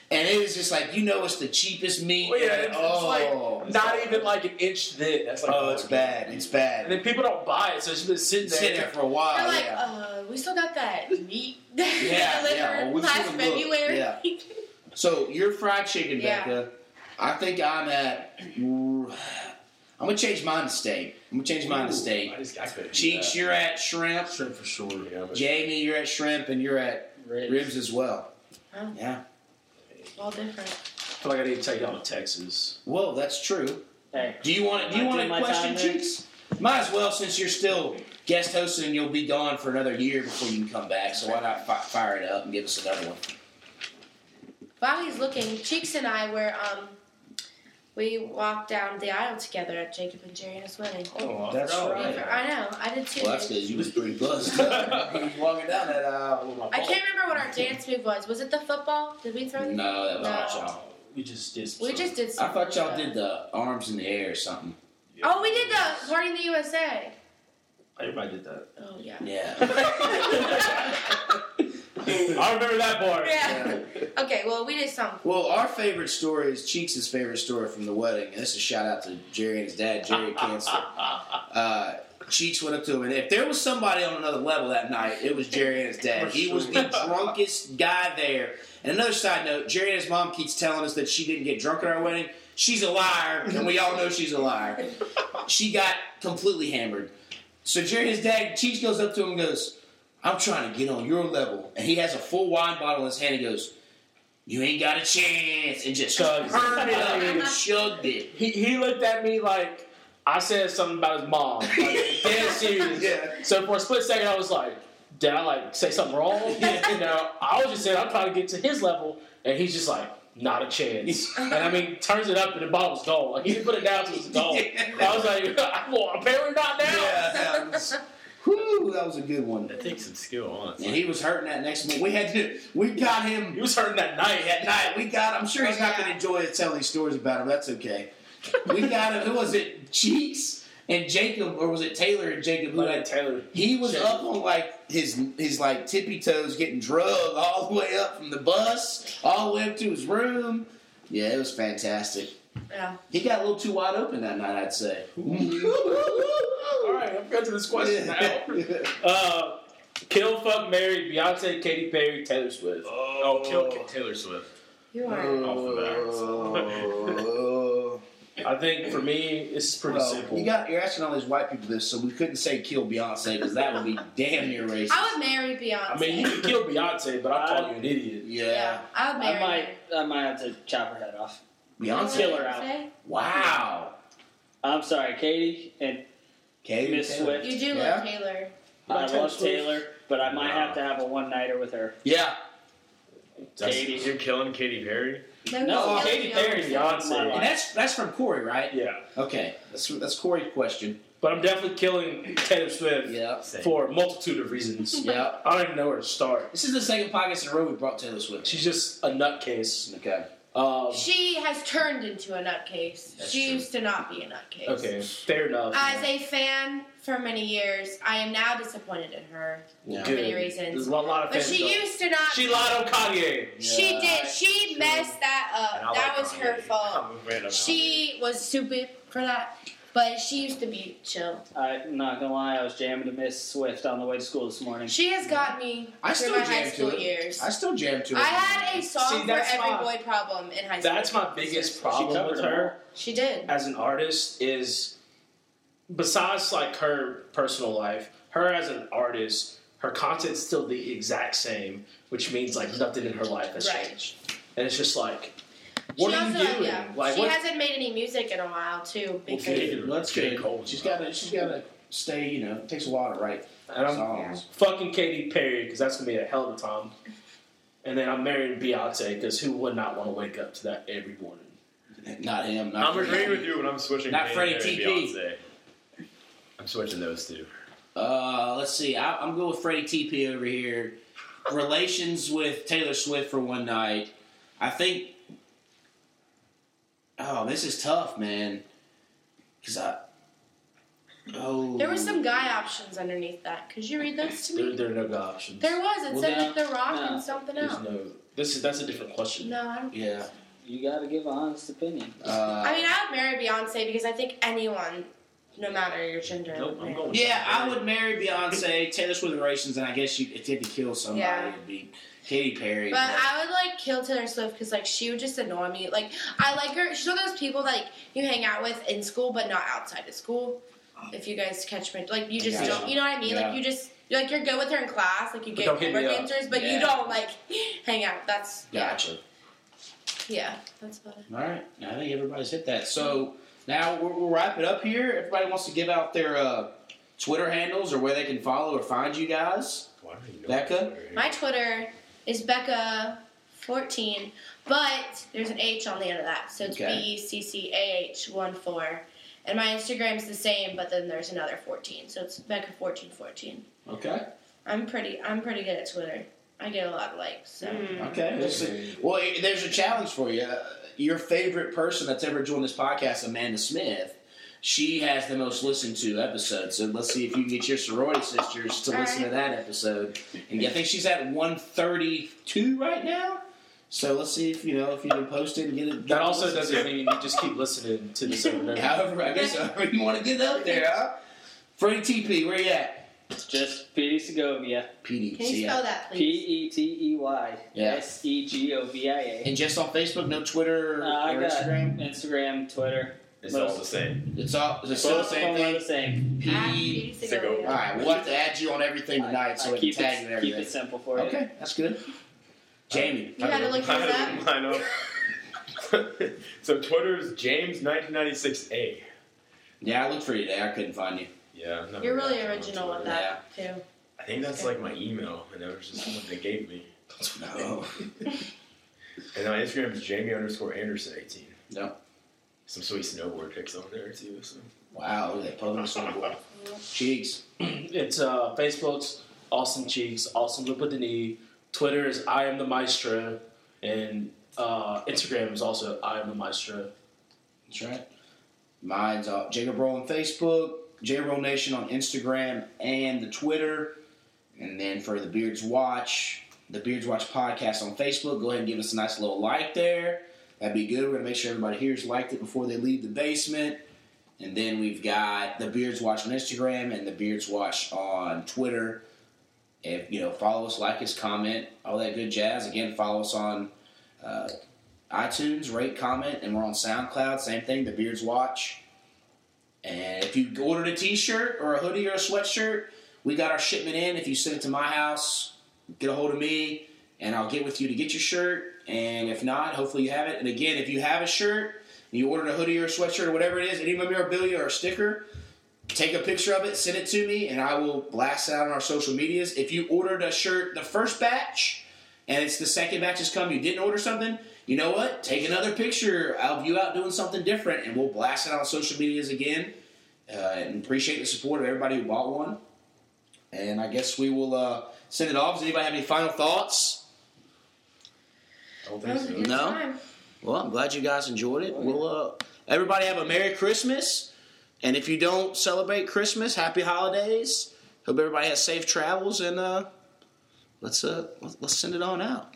[SPEAKER 2] And it is just like you know, it's the cheapest meat.
[SPEAKER 1] Well, yeah, it's,
[SPEAKER 2] oh,
[SPEAKER 1] it's like not even like an inch thick. That's like
[SPEAKER 2] oh, it's bad. It's bad.
[SPEAKER 1] And then people don't buy it, so it's been sitting there.
[SPEAKER 2] It's sitting there for a while.
[SPEAKER 3] They're like,
[SPEAKER 2] yeah.
[SPEAKER 3] uh, we still got that meat
[SPEAKER 2] yeah,
[SPEAKER 3] delivered
[SPEAKER 2] well, we
[SPEAKER 3] last
[SPEAKER 2] should've looked.
[SPEAKER 3] February.
[SPEAKER 2] Yeah. So your fried chicken,
[SPEAKER 3] Yeah.
[SPEAKER 2] Becca. I think I'm at. I'm gonna change mine to steak. I'm gonna change mine to
[SPEAKER 5] Ooh,
[SPEAKER 2] steak.
[SPEAKER 5] I just, I couldn't do
[SPEAKER 2] Cheeks,
[SPEAKER 5] that.
[SPEAKER 2] you're at shrimp.
[SPEAKER 1] shrimp for sure.
[SPEAKER 5] Yeah, but-
[SPEAKER 2] Jamie, you're at shrimp, and you're at
[SPEAKER 4] Ribs.
[SPEAKER 2] ribs as well.
[SPEAKER 3] Wow.
[SPEAKER 2] Yeah.
[SPEAKER 3] All different.
[SPEAKER 1] I feel like I need to take y'all to Texas.
[SPEAKER 2] Well, that's true.
[SPEAKER 4] Hey,
[SPEAKER 2] Do you want? Do you
[SPEAKER 4] Am I
[SPEAKER 2] want to
[SPEAKER 4] doing my
[SPEAKER 2] question
[SPEAKER 4] time there?
[SPEAKER 2] Cheeks? Might as well, since you're still guest hosting, and you'll be gone for another year before you can come back. So why not fi- fire it up and give us another one?
[SPEAKER 3] While he's looking, Cheeks and I were um, We walked down the aisle together at Jacob and Jerry's wedding.
[SPEAKER 5] Oh,
[SPEAKER 1] That's
[SPEAKER 3] I
[SPEAKER 1] right.
[SPEAKER 3] know, I did too.
[SPEAKER 2] Well, that's because you was pretty buzzed. Walking down that aisle with my
[SPEAKER 3] I can't remember what our dance move was. Was it the football? Did we throw the
[SPEAKER 2] No, that was
[SPEAKER 3] No.
[SPEAKER 2] not y'all.
[SPEAKER 1] We just did.
[SPEAKER 3] We just did
[SPEAKER 2] I
[SPEAKER 3] something.
[SPEAKER 2] thought y'all did the arms in the air or something.
[SPEAKER 3] Oh, we did the Party in the USA.
[SPEAKER 1] Everybody did that.
[SPEAKER 3] Oh, yeah.
[SPEAKER 2] Yeah.
[SPEAKER 1] I remember that part.
[SPEAKER 3] yeah. Okay, well, we did something.
[SPEAKER 2] Well, our favorite story is Cheeks' favorite story from the wedding, and this is a shout out to Jerry and his dad, Jerry Cancer. Uh, Cheeks went up to him, and if there was somebody on another level that night, it was Jerry and his dad. He was the drunkest guy there. And another side note, Jerry and his mom keeps telling us that she didn't get drunk at our wedding. She's a liar, and we all know she's a liar. She got completely hammered. So Jerry and his dad, Cheeks goes up to him and goes, I'm trying to get on your level. And he has a full wine bottle in his hand and goes, You ain't got a chance. And just
[SPEAKER 1] Chugs.
[SPEAKER 2] turned it up and chugged it.
[SPEAKER 1] He, he looked at me like I said something about his mom. Like, dead serious.
[SPEAKER 2] Yeah.
[SPEAKER 1] So for a split second, I was like, did I like say something wrong? You know, I was just saying I'm trying to get to his level, and he's just like, not a chance. and I mean, turns it up, and the bottle's gone. Like he didn't put it down till it's gone. I was like, well, apparently not now.
[SPEAKER 2] Yeah, that was, whew, that was a good one.
[SPEAKER 5] That takes some skill, honestly.
[SPEAKER 2] And he was hurting that next week. We had to, we got
[SPEAKER 1] He
[SPEAKER 2] him
[SPEAKER 1] was hurting that night.
[SPEAKER 2] at night. We got. I'm sure he's not going to enjoy it telling these stories about him. That's okay. We got him. Who was it? Cheeks and Jacob, or was it Taylor and Jacob? Who
[SPEAKER 1] Like
[SPEAKER 2] had?
[SPEAKER 1] Taylor.
[SPEAKER 2] He was
[SPEAKER 1] Jacob.
[SPEAKER 2] up on like his his like tippy toes, getting drugged all the way up from the bus, all the way up to his room. Yeah, it was fantastic.
[SPEAKER 3] Yeah.
[SPEAKER 2] He got a little too wide open that night, I'd say.
[SPEAKER 1] All right, I'm going to this question now.
[SPEAKER 2] Yeah.
[SPEAKER 1] Uh, kill, fuck, marry, Beyonce, Katy Perry, Taylor Swift.
[SPEAKER 5] Oh, kill K- Taylor Swift.
[SPEAKER 3] You
[SPEAKER 2] Uh,
[SPEAKER 3] are.
[SPEAKER 2] Oh.
[SPEAKER 1] I think for me, it's pretty
[SPEAKER 2] Well,
[SPEAKER 1] simple.
[SPEAKER 2] You got you're asking all these white people this, so we couldn't say kill Beyonce because that would be damn near racist.
[SPEAKER 3] I would marry Beyonce.
[SPEAKER 1] I mean, you can kill Beyonce, but I'll call you an idiot.
[SPEAKER 2] yeah.
[SPEAKER 3] yeah. I would marry
[SPEAKER 4] I might, I might have to chop her head off.
[SPEAKER 2] Beyonce.
[SPEAKER 4] Kill her out.
[SPEAKER 3] Beyonce.
[SPEAKER 2] Wow.
[SPEAKER 4] I'm sorry, Katie, and
[SPEAKER 2] Katie
[SPEAKER 4] Miss
[SPEAKER 2] Taylor.
[SPEAKER 4] Swift.
[SPEAKER 3] You do
[SPEAKER 2] Yeah.
[SPEAKER 3] love Taylor.
[SPEAKER 4] I
[SPEAKER 1] Like Taylor
[SPEAKER 4] love
[SPEAKER 1] Swift?
[SPEAKER 4] Taylor, but I might
[SPEAKER 5] No.
[SPEAKER 4] have to have a one nighter with her.
[SPEAKER 2] Yeah.
[SPEAKER 4] Katy.
[SPEAKER 5] You're killing Katy Perry?
[SPEAKER 4] No,
[SPEAKER 3] you kill
[SPEAKER 1] Katy Perry,
[SPEAKER 3] Beyonce.
[SPEAKER 1] Beyonce.
[SPEAKER 2] And that's that's from Corey, right?
[SPEAKER 1] Yeah,
[SPEAKER 2] Okay. That's that's Corey's question.
[SPEAKER 1] but I'm definitely killing Taylor Swift
[SPEAKER 2] Yeah.
[SPEAKER 5] Same.
[SPEAKER 1] for a multitude of reasons.
[SPEAKER 2] Yeah.
[SPEAKER 1] I don't even know where to start.
[SPEAKER 2] This is the second podcast in a row we brought Taylor Swift.
[SPEAKER 1] She's just a nutcase.
[SPEAKER 2] Okay.
[SPEAKER 1] Um,
[SPEAKER 3] She has turned into a nutcase.
[SPEAKER 2] That's
[SPEAKER 3] she
[SPEAKER 2] true.
[SPEAKER 3] used to not be a nutcase.
[SPEAKER 1] okay, fair enough.
[SPEAKER 3] As a fan for many years, I am now disappointed in her.
[SPEAKER 2] Yeah.
[SPEAKER 1] Good.
[SPEAKER 3] many reasons.
[SPEAKER 1] There's a lot, lot of
[SPEAKER 3] But
[SPEAKER 1] fans.
[SPEAKER 3] she
[SPEAKER 1] out-
[SPEAKER 3] used to not.
[SPEAKER 1] She lied on Kanye.
[SPEAKER 3] She
[SPEAKER 2] Yeah,
[SPEAKER 3] did. She
[SPEAKER 2] true.
[SPEAKER 3] messed that
[SPEAKER 5] And I
[SPEAKER 3] up. That
[SPEAKER 5] like
[SPEAKER 3] was
[SPEAKER 5] Kanye.
[SPEAKER 3] her fault.
[SPEAKER 5] I'm a fan of
[SPEAKER 3] She was stupid for that. But she used to be chill.
[SPEAKER 4] I'm not gonna lie, I was jamming to Miss Swift on the way to school this morning.
[SPEAKER 3] She has got me
[SPEAKER 2] I
[SPEAKER 3] through
[SPEAKER 2] still
[SPEAKER 3] my
[SPEAKER 2] jam
[SPEAKER 3] high
[SPEAKER 2] to
[SPEAKER 3] school
[SPEAKER 2] it.
[SPEAKER 3] years.
[SPEAKER 2] I still jam to it.
[SPEAKER 3] I had a song
[SPEAKER 1] See,
[SPEAKER 3] for
[SPEAKER 1] that's
[SPEAKER 3] every
[SPEAKER 1] my-
[SPEAKER 3] boy problem in high school.
[SPEAKER 1] That's my biggest
[SPEAKER 4] She
[SPEAKER 1] problem
[SPEAKER 4] covered
[SPEAKER 1] with
[SPEAKER 4] them
[SPEAKER 1] her.
[SPEAKER 4] all.
[SPEAKER 3] She did.
[SPEAKER 1] as an artist is besides like her personal life, her as an artist, her content's still the exact same, which means like nothing in her life has
[SPEAKER 3] Right.
[SPEAKER 1] changed. And it's just like what
[SPEAKER 3] she
[SPEAKER 1] are you
[SPEAKER 3] also,
[SPEAKER 1] doing?
[SPEAKER 3] yeah,
[SPEAKER 1] Like
[SPEAKER 3] she
[SPEAKER 1] what
[SPEAKER 3] hasn't made any music in a while too. Because
[SPEAKER 1] Okay.
[SPEAKER 2] Well, that's
[SPEAKER 5] J.
[SPEAKER 2] good.
[SPEAKER 5] Cole's
[SPEAKER 2] She's
[SPEAKER 5] not.
[SPEAKER 2] got to. She's got to stay. You know, it takes a while to write
[SPEAKER 1] and I'm
[SPEAKER 2] songs.
[SPEAKER 1] fucking Katy Perry because that's gonna be a hell of a time. And then I'm marrying Beyonce because who would not want to wake up to that every morning?
[SPEAKER 2] Not him. Not
[SPEAKER 5] I'm
[SPEAKER 2] Freddie.
[SPEAKER 5] agreeing with you, but I'm switching
[SPEAKER 2] Not
[SPEAKER 5] Katy
[SPEAKER 2] Freddie
[SPEAKER 5] Perry
[SPEAKER 2] TP.
[SPEAKER 5] and Beyonce. I'm switching those two.
[SPEAKER 2] Uh, let's see. I, I'm going with Freddie TP over here. Relations with Taylor Swift for one night. I think. Oh, this is tough, man. Because I. Oh.
[SPEAKER 3] there were some guy options underneath that. Could you read those to
[SPEAKER 1] There,
[SPEAKER 3] me?
[SPEAKER 1] there are no good options.
[SPEAKER 3] There was. It
[SPEAKER 4] Well,
[SPEAKER 3] said
[SPEAKER 4] no,
[SPEAKER 3] like The Rock
[SPEAKER 4] no.
[SPEAKER 3] and something
[SPEAKER 1] There's
[SPEAKER 3] else.
[SPEAKER 1] no. This is that's a different question.
[SPEAKER 3] No, I don't.
[SPEAKER 2] Yeah.
[SPEAKER 4] You gotta give an honest opinion.
[SPEAKER 2] Uh,
[SPEAKER 3] I mean, I would marry Beyonce because I think anyone, no matter your gender,
[SPEAKER 5] Nope,
[SPEAKER 3] would
[SPEAKER 5] I'm
[SPEAKER 3] marry.
[SPEAKER 5] going.
[SPEAKER 2] yeah, I would marry Beyonce, Taylor Swift relations, and I guess you, if you had to kill somebody,
[SPEAKER 3] Yeah.
[SPEAKER 2] it'd be Katy Perry.
[SPEAKER 3] But I would like kill Taylor Swift because like she would just annoy me. Like I like her. She's one of those people that like, you hang out with in school, but not outside of school. If you guys catch my like, you just
[SPEAKER 2] Yeah.
[SPEAKER 3] don't. You know what I mean?
[SPEAKER 2] Yeah.
[SPEAKER 3] Like you just you're, like you're good with her in class. Like you
[SPEAKER 1] But
[SPEAKER 3] get
[SPEAKER 1] don't hit
[SPEAKER 3] homework
[SPEAKER 1] me up.
[SPEAKER 3] answers, but
[SPEAKER 2] Yeah.
[SPEAKER 3] you don't like hang out. That's yeah,
[SPEAKER 2] gotcha.
[SPEAKER 3] yeah. That's about it.
[SPEAKER 2] All right, I think everybody's hit that. So now we'll, we'll wrap it up here. Everybody wants to give out their uh, Twitter handles or where they can follow or find you guys.
[SPEAKER 5] Why are you
[SPEAKER 2] Becca?
[SPEAKER 5] doing that?
[SPEAKER 3] My Twitter is Becca 14. But there's an H on the end of that. So it's
[SPEAKER 2] Okay.
[SPEAKER 3] B E C C A H 1 4. And my Instagram's the same, but then there's another 14. So it's Becca 1414.
[SPEAKER 2] Okay.
[SPEAKER 3] I'm pretty I'm pretty good at Twitter. I get a lot of likes. So
[SPEAKER 2] Okay. We'll see. Well, i- there's a challenge for you. Uh, Your favorite person that's ever joined this podcast, Amanda Smith, she has the most listened to episode. So let's see if you can get your sorority sisters to
[SPEAKER 3] All
[SPEAKER 2] listen to that episode. And I think she's at 132 right now. So let's see if you know if you can post it and get it.
[SPEAKER 1] That also doesn't mean you just keep listening to this over there.
[SPEAKER 2] However, I guess however you want to get out there, huh? Frank TP, where you at?
[SPEAKER 4] It's just E Petey Segovia.
[SPEAKER 2] PD.
[SPEAKER 3] Can you spell that,
[SPEAKER 4] P
[SPEAKER 3] please?
[SPEAKER 4] E T E Y
[SPEAKER 2] Yeah.
[SPEAKER 4] S E G O V I A.
[SPEAKER 2] And just on Facebook, no Twitter or
[SPEAKER 4] Uh, I got
[SPEAKER 2] Instagram.
[SPEAKER 4] Instagram, Twitter.
[SPEAKER 5] It's all the same.
[SPEAKER 2] It's all it's all the
[SPEAKER 4] Both
[SPEAKER 2] same
[SPEAKER 4] of them are
[SPEAKER 2] thing.
[SPEAKER 4] the same.
[SPEAKER 2] E
[SPEAKER 3] Ah,
[SPEAKER 2] PD.
[SPEAKER 3] Petey Segovia.
[SPEAKER 2] All right, we'll have to add you on everything tonight, so
[SPEAKER 4] I
[SPEAKER 2] we can
[SPEAKER 4] keep,
[SPEAKER 2] tag you
[SPEAKER 4] it,
[SPEAKER 2] and
[SPEAKER 4] keep
[SPEAKER 2] everything.
[SPEAKER 4] it simple for you.
[SPEAKER 2] Okay, that's good. Jamie,
[SPEAKER 3] You gotta look
[SPEAKER 5] I
[SPEAKER 3] these up.
[SPEAKER 5] don't mine up. so Twitter's James 1996A.
[SPEAKER 2] yeah, I looked for you today. I couldn't find you.
[SPEAKER 5] Yeah. I've never
[SPEAKER 3] You're really
[SPEAKER 5] got that on
[SPEAKER 3] original with
[SPEAKER 5] Twitter.
[SPEAKER 3] that too.
[SPEAKER 5] I think that's like my email, and that was just someone they gave me.
[SPEAKER 2] No,
[SPEAKER 5] And my Instagram is Jamie underscore Anderson 18.
[SPEAKER 2] no.
[SPEAKER 5] Some sweet snowboard pics on there too. So.
[SPEAKER 2] Wow, look at that Pokemon snowboard. Cheeks.
[SPEAKER 1] It's uh, Facebook's Austin Cheeks, Austin Whip with an E. Twitter is I am the Maestro, and uh, Instagram is also I am the Maestro.
[SPEAKER 2] That's right. Mine's uh, Jacob Roll on Facebook, J Roll Nation on Instagram and the Twitter. And then for the Beards Watch, the Beards Watch podcast on Facebook, go ahead and give us a nice little like there. That'd be good. We're going to make sure everybody here's liked it before they leave the basement. And then we've got the Beards Watch on Instagram and the Beards Watch on Twitter. If you know, follow us, like us, comment, all that good jazz. Again, follow us on uh, iTunes, rate, comment, and we're on SoundCloud. Same thing, The Beards Watch. And if you ordered a T-shirt or a hoodie or a sweatshirt, we got our shipment in. If you send it to my house, get a hold of me, and I'll get with you to get your shirt. And if not, hopefully you have it. And again, if you have a shirt, and you ordered a hoodie or a sweatshirt or whatever it is, any memorabilia or a sticker, take a picture of it, send it to me, and I will blast it out on our social medias. If you ordered a shirt, the first batch and it's the second batch has come, you didn't order something, you know what? Take another picture of you out doing something different, and we'll blast it out on social medias again. Uh, and appreciate the support of everybody who bought one. And I guess we will uh, send it off. Does anybody have any final thoughts?
[SPEAKER 5] I don't
[SPEAKER 3] That
[SPEAKER 5] think
[SPEAKER 3] was a
[SPEAKER 5] so.
[SPEAKER 3] good
[SPEAKER 2] No.
[SPEAKER 3] time.
[SPEAKER 2] Well, I'm glad you guys enjoyed it. We'll uh, everybody have a Merry Christmas, and if you don't celebrate Christmas, Happy Holidays. Hope everybody has safe travels, and uh, let's uh, let's send it on out.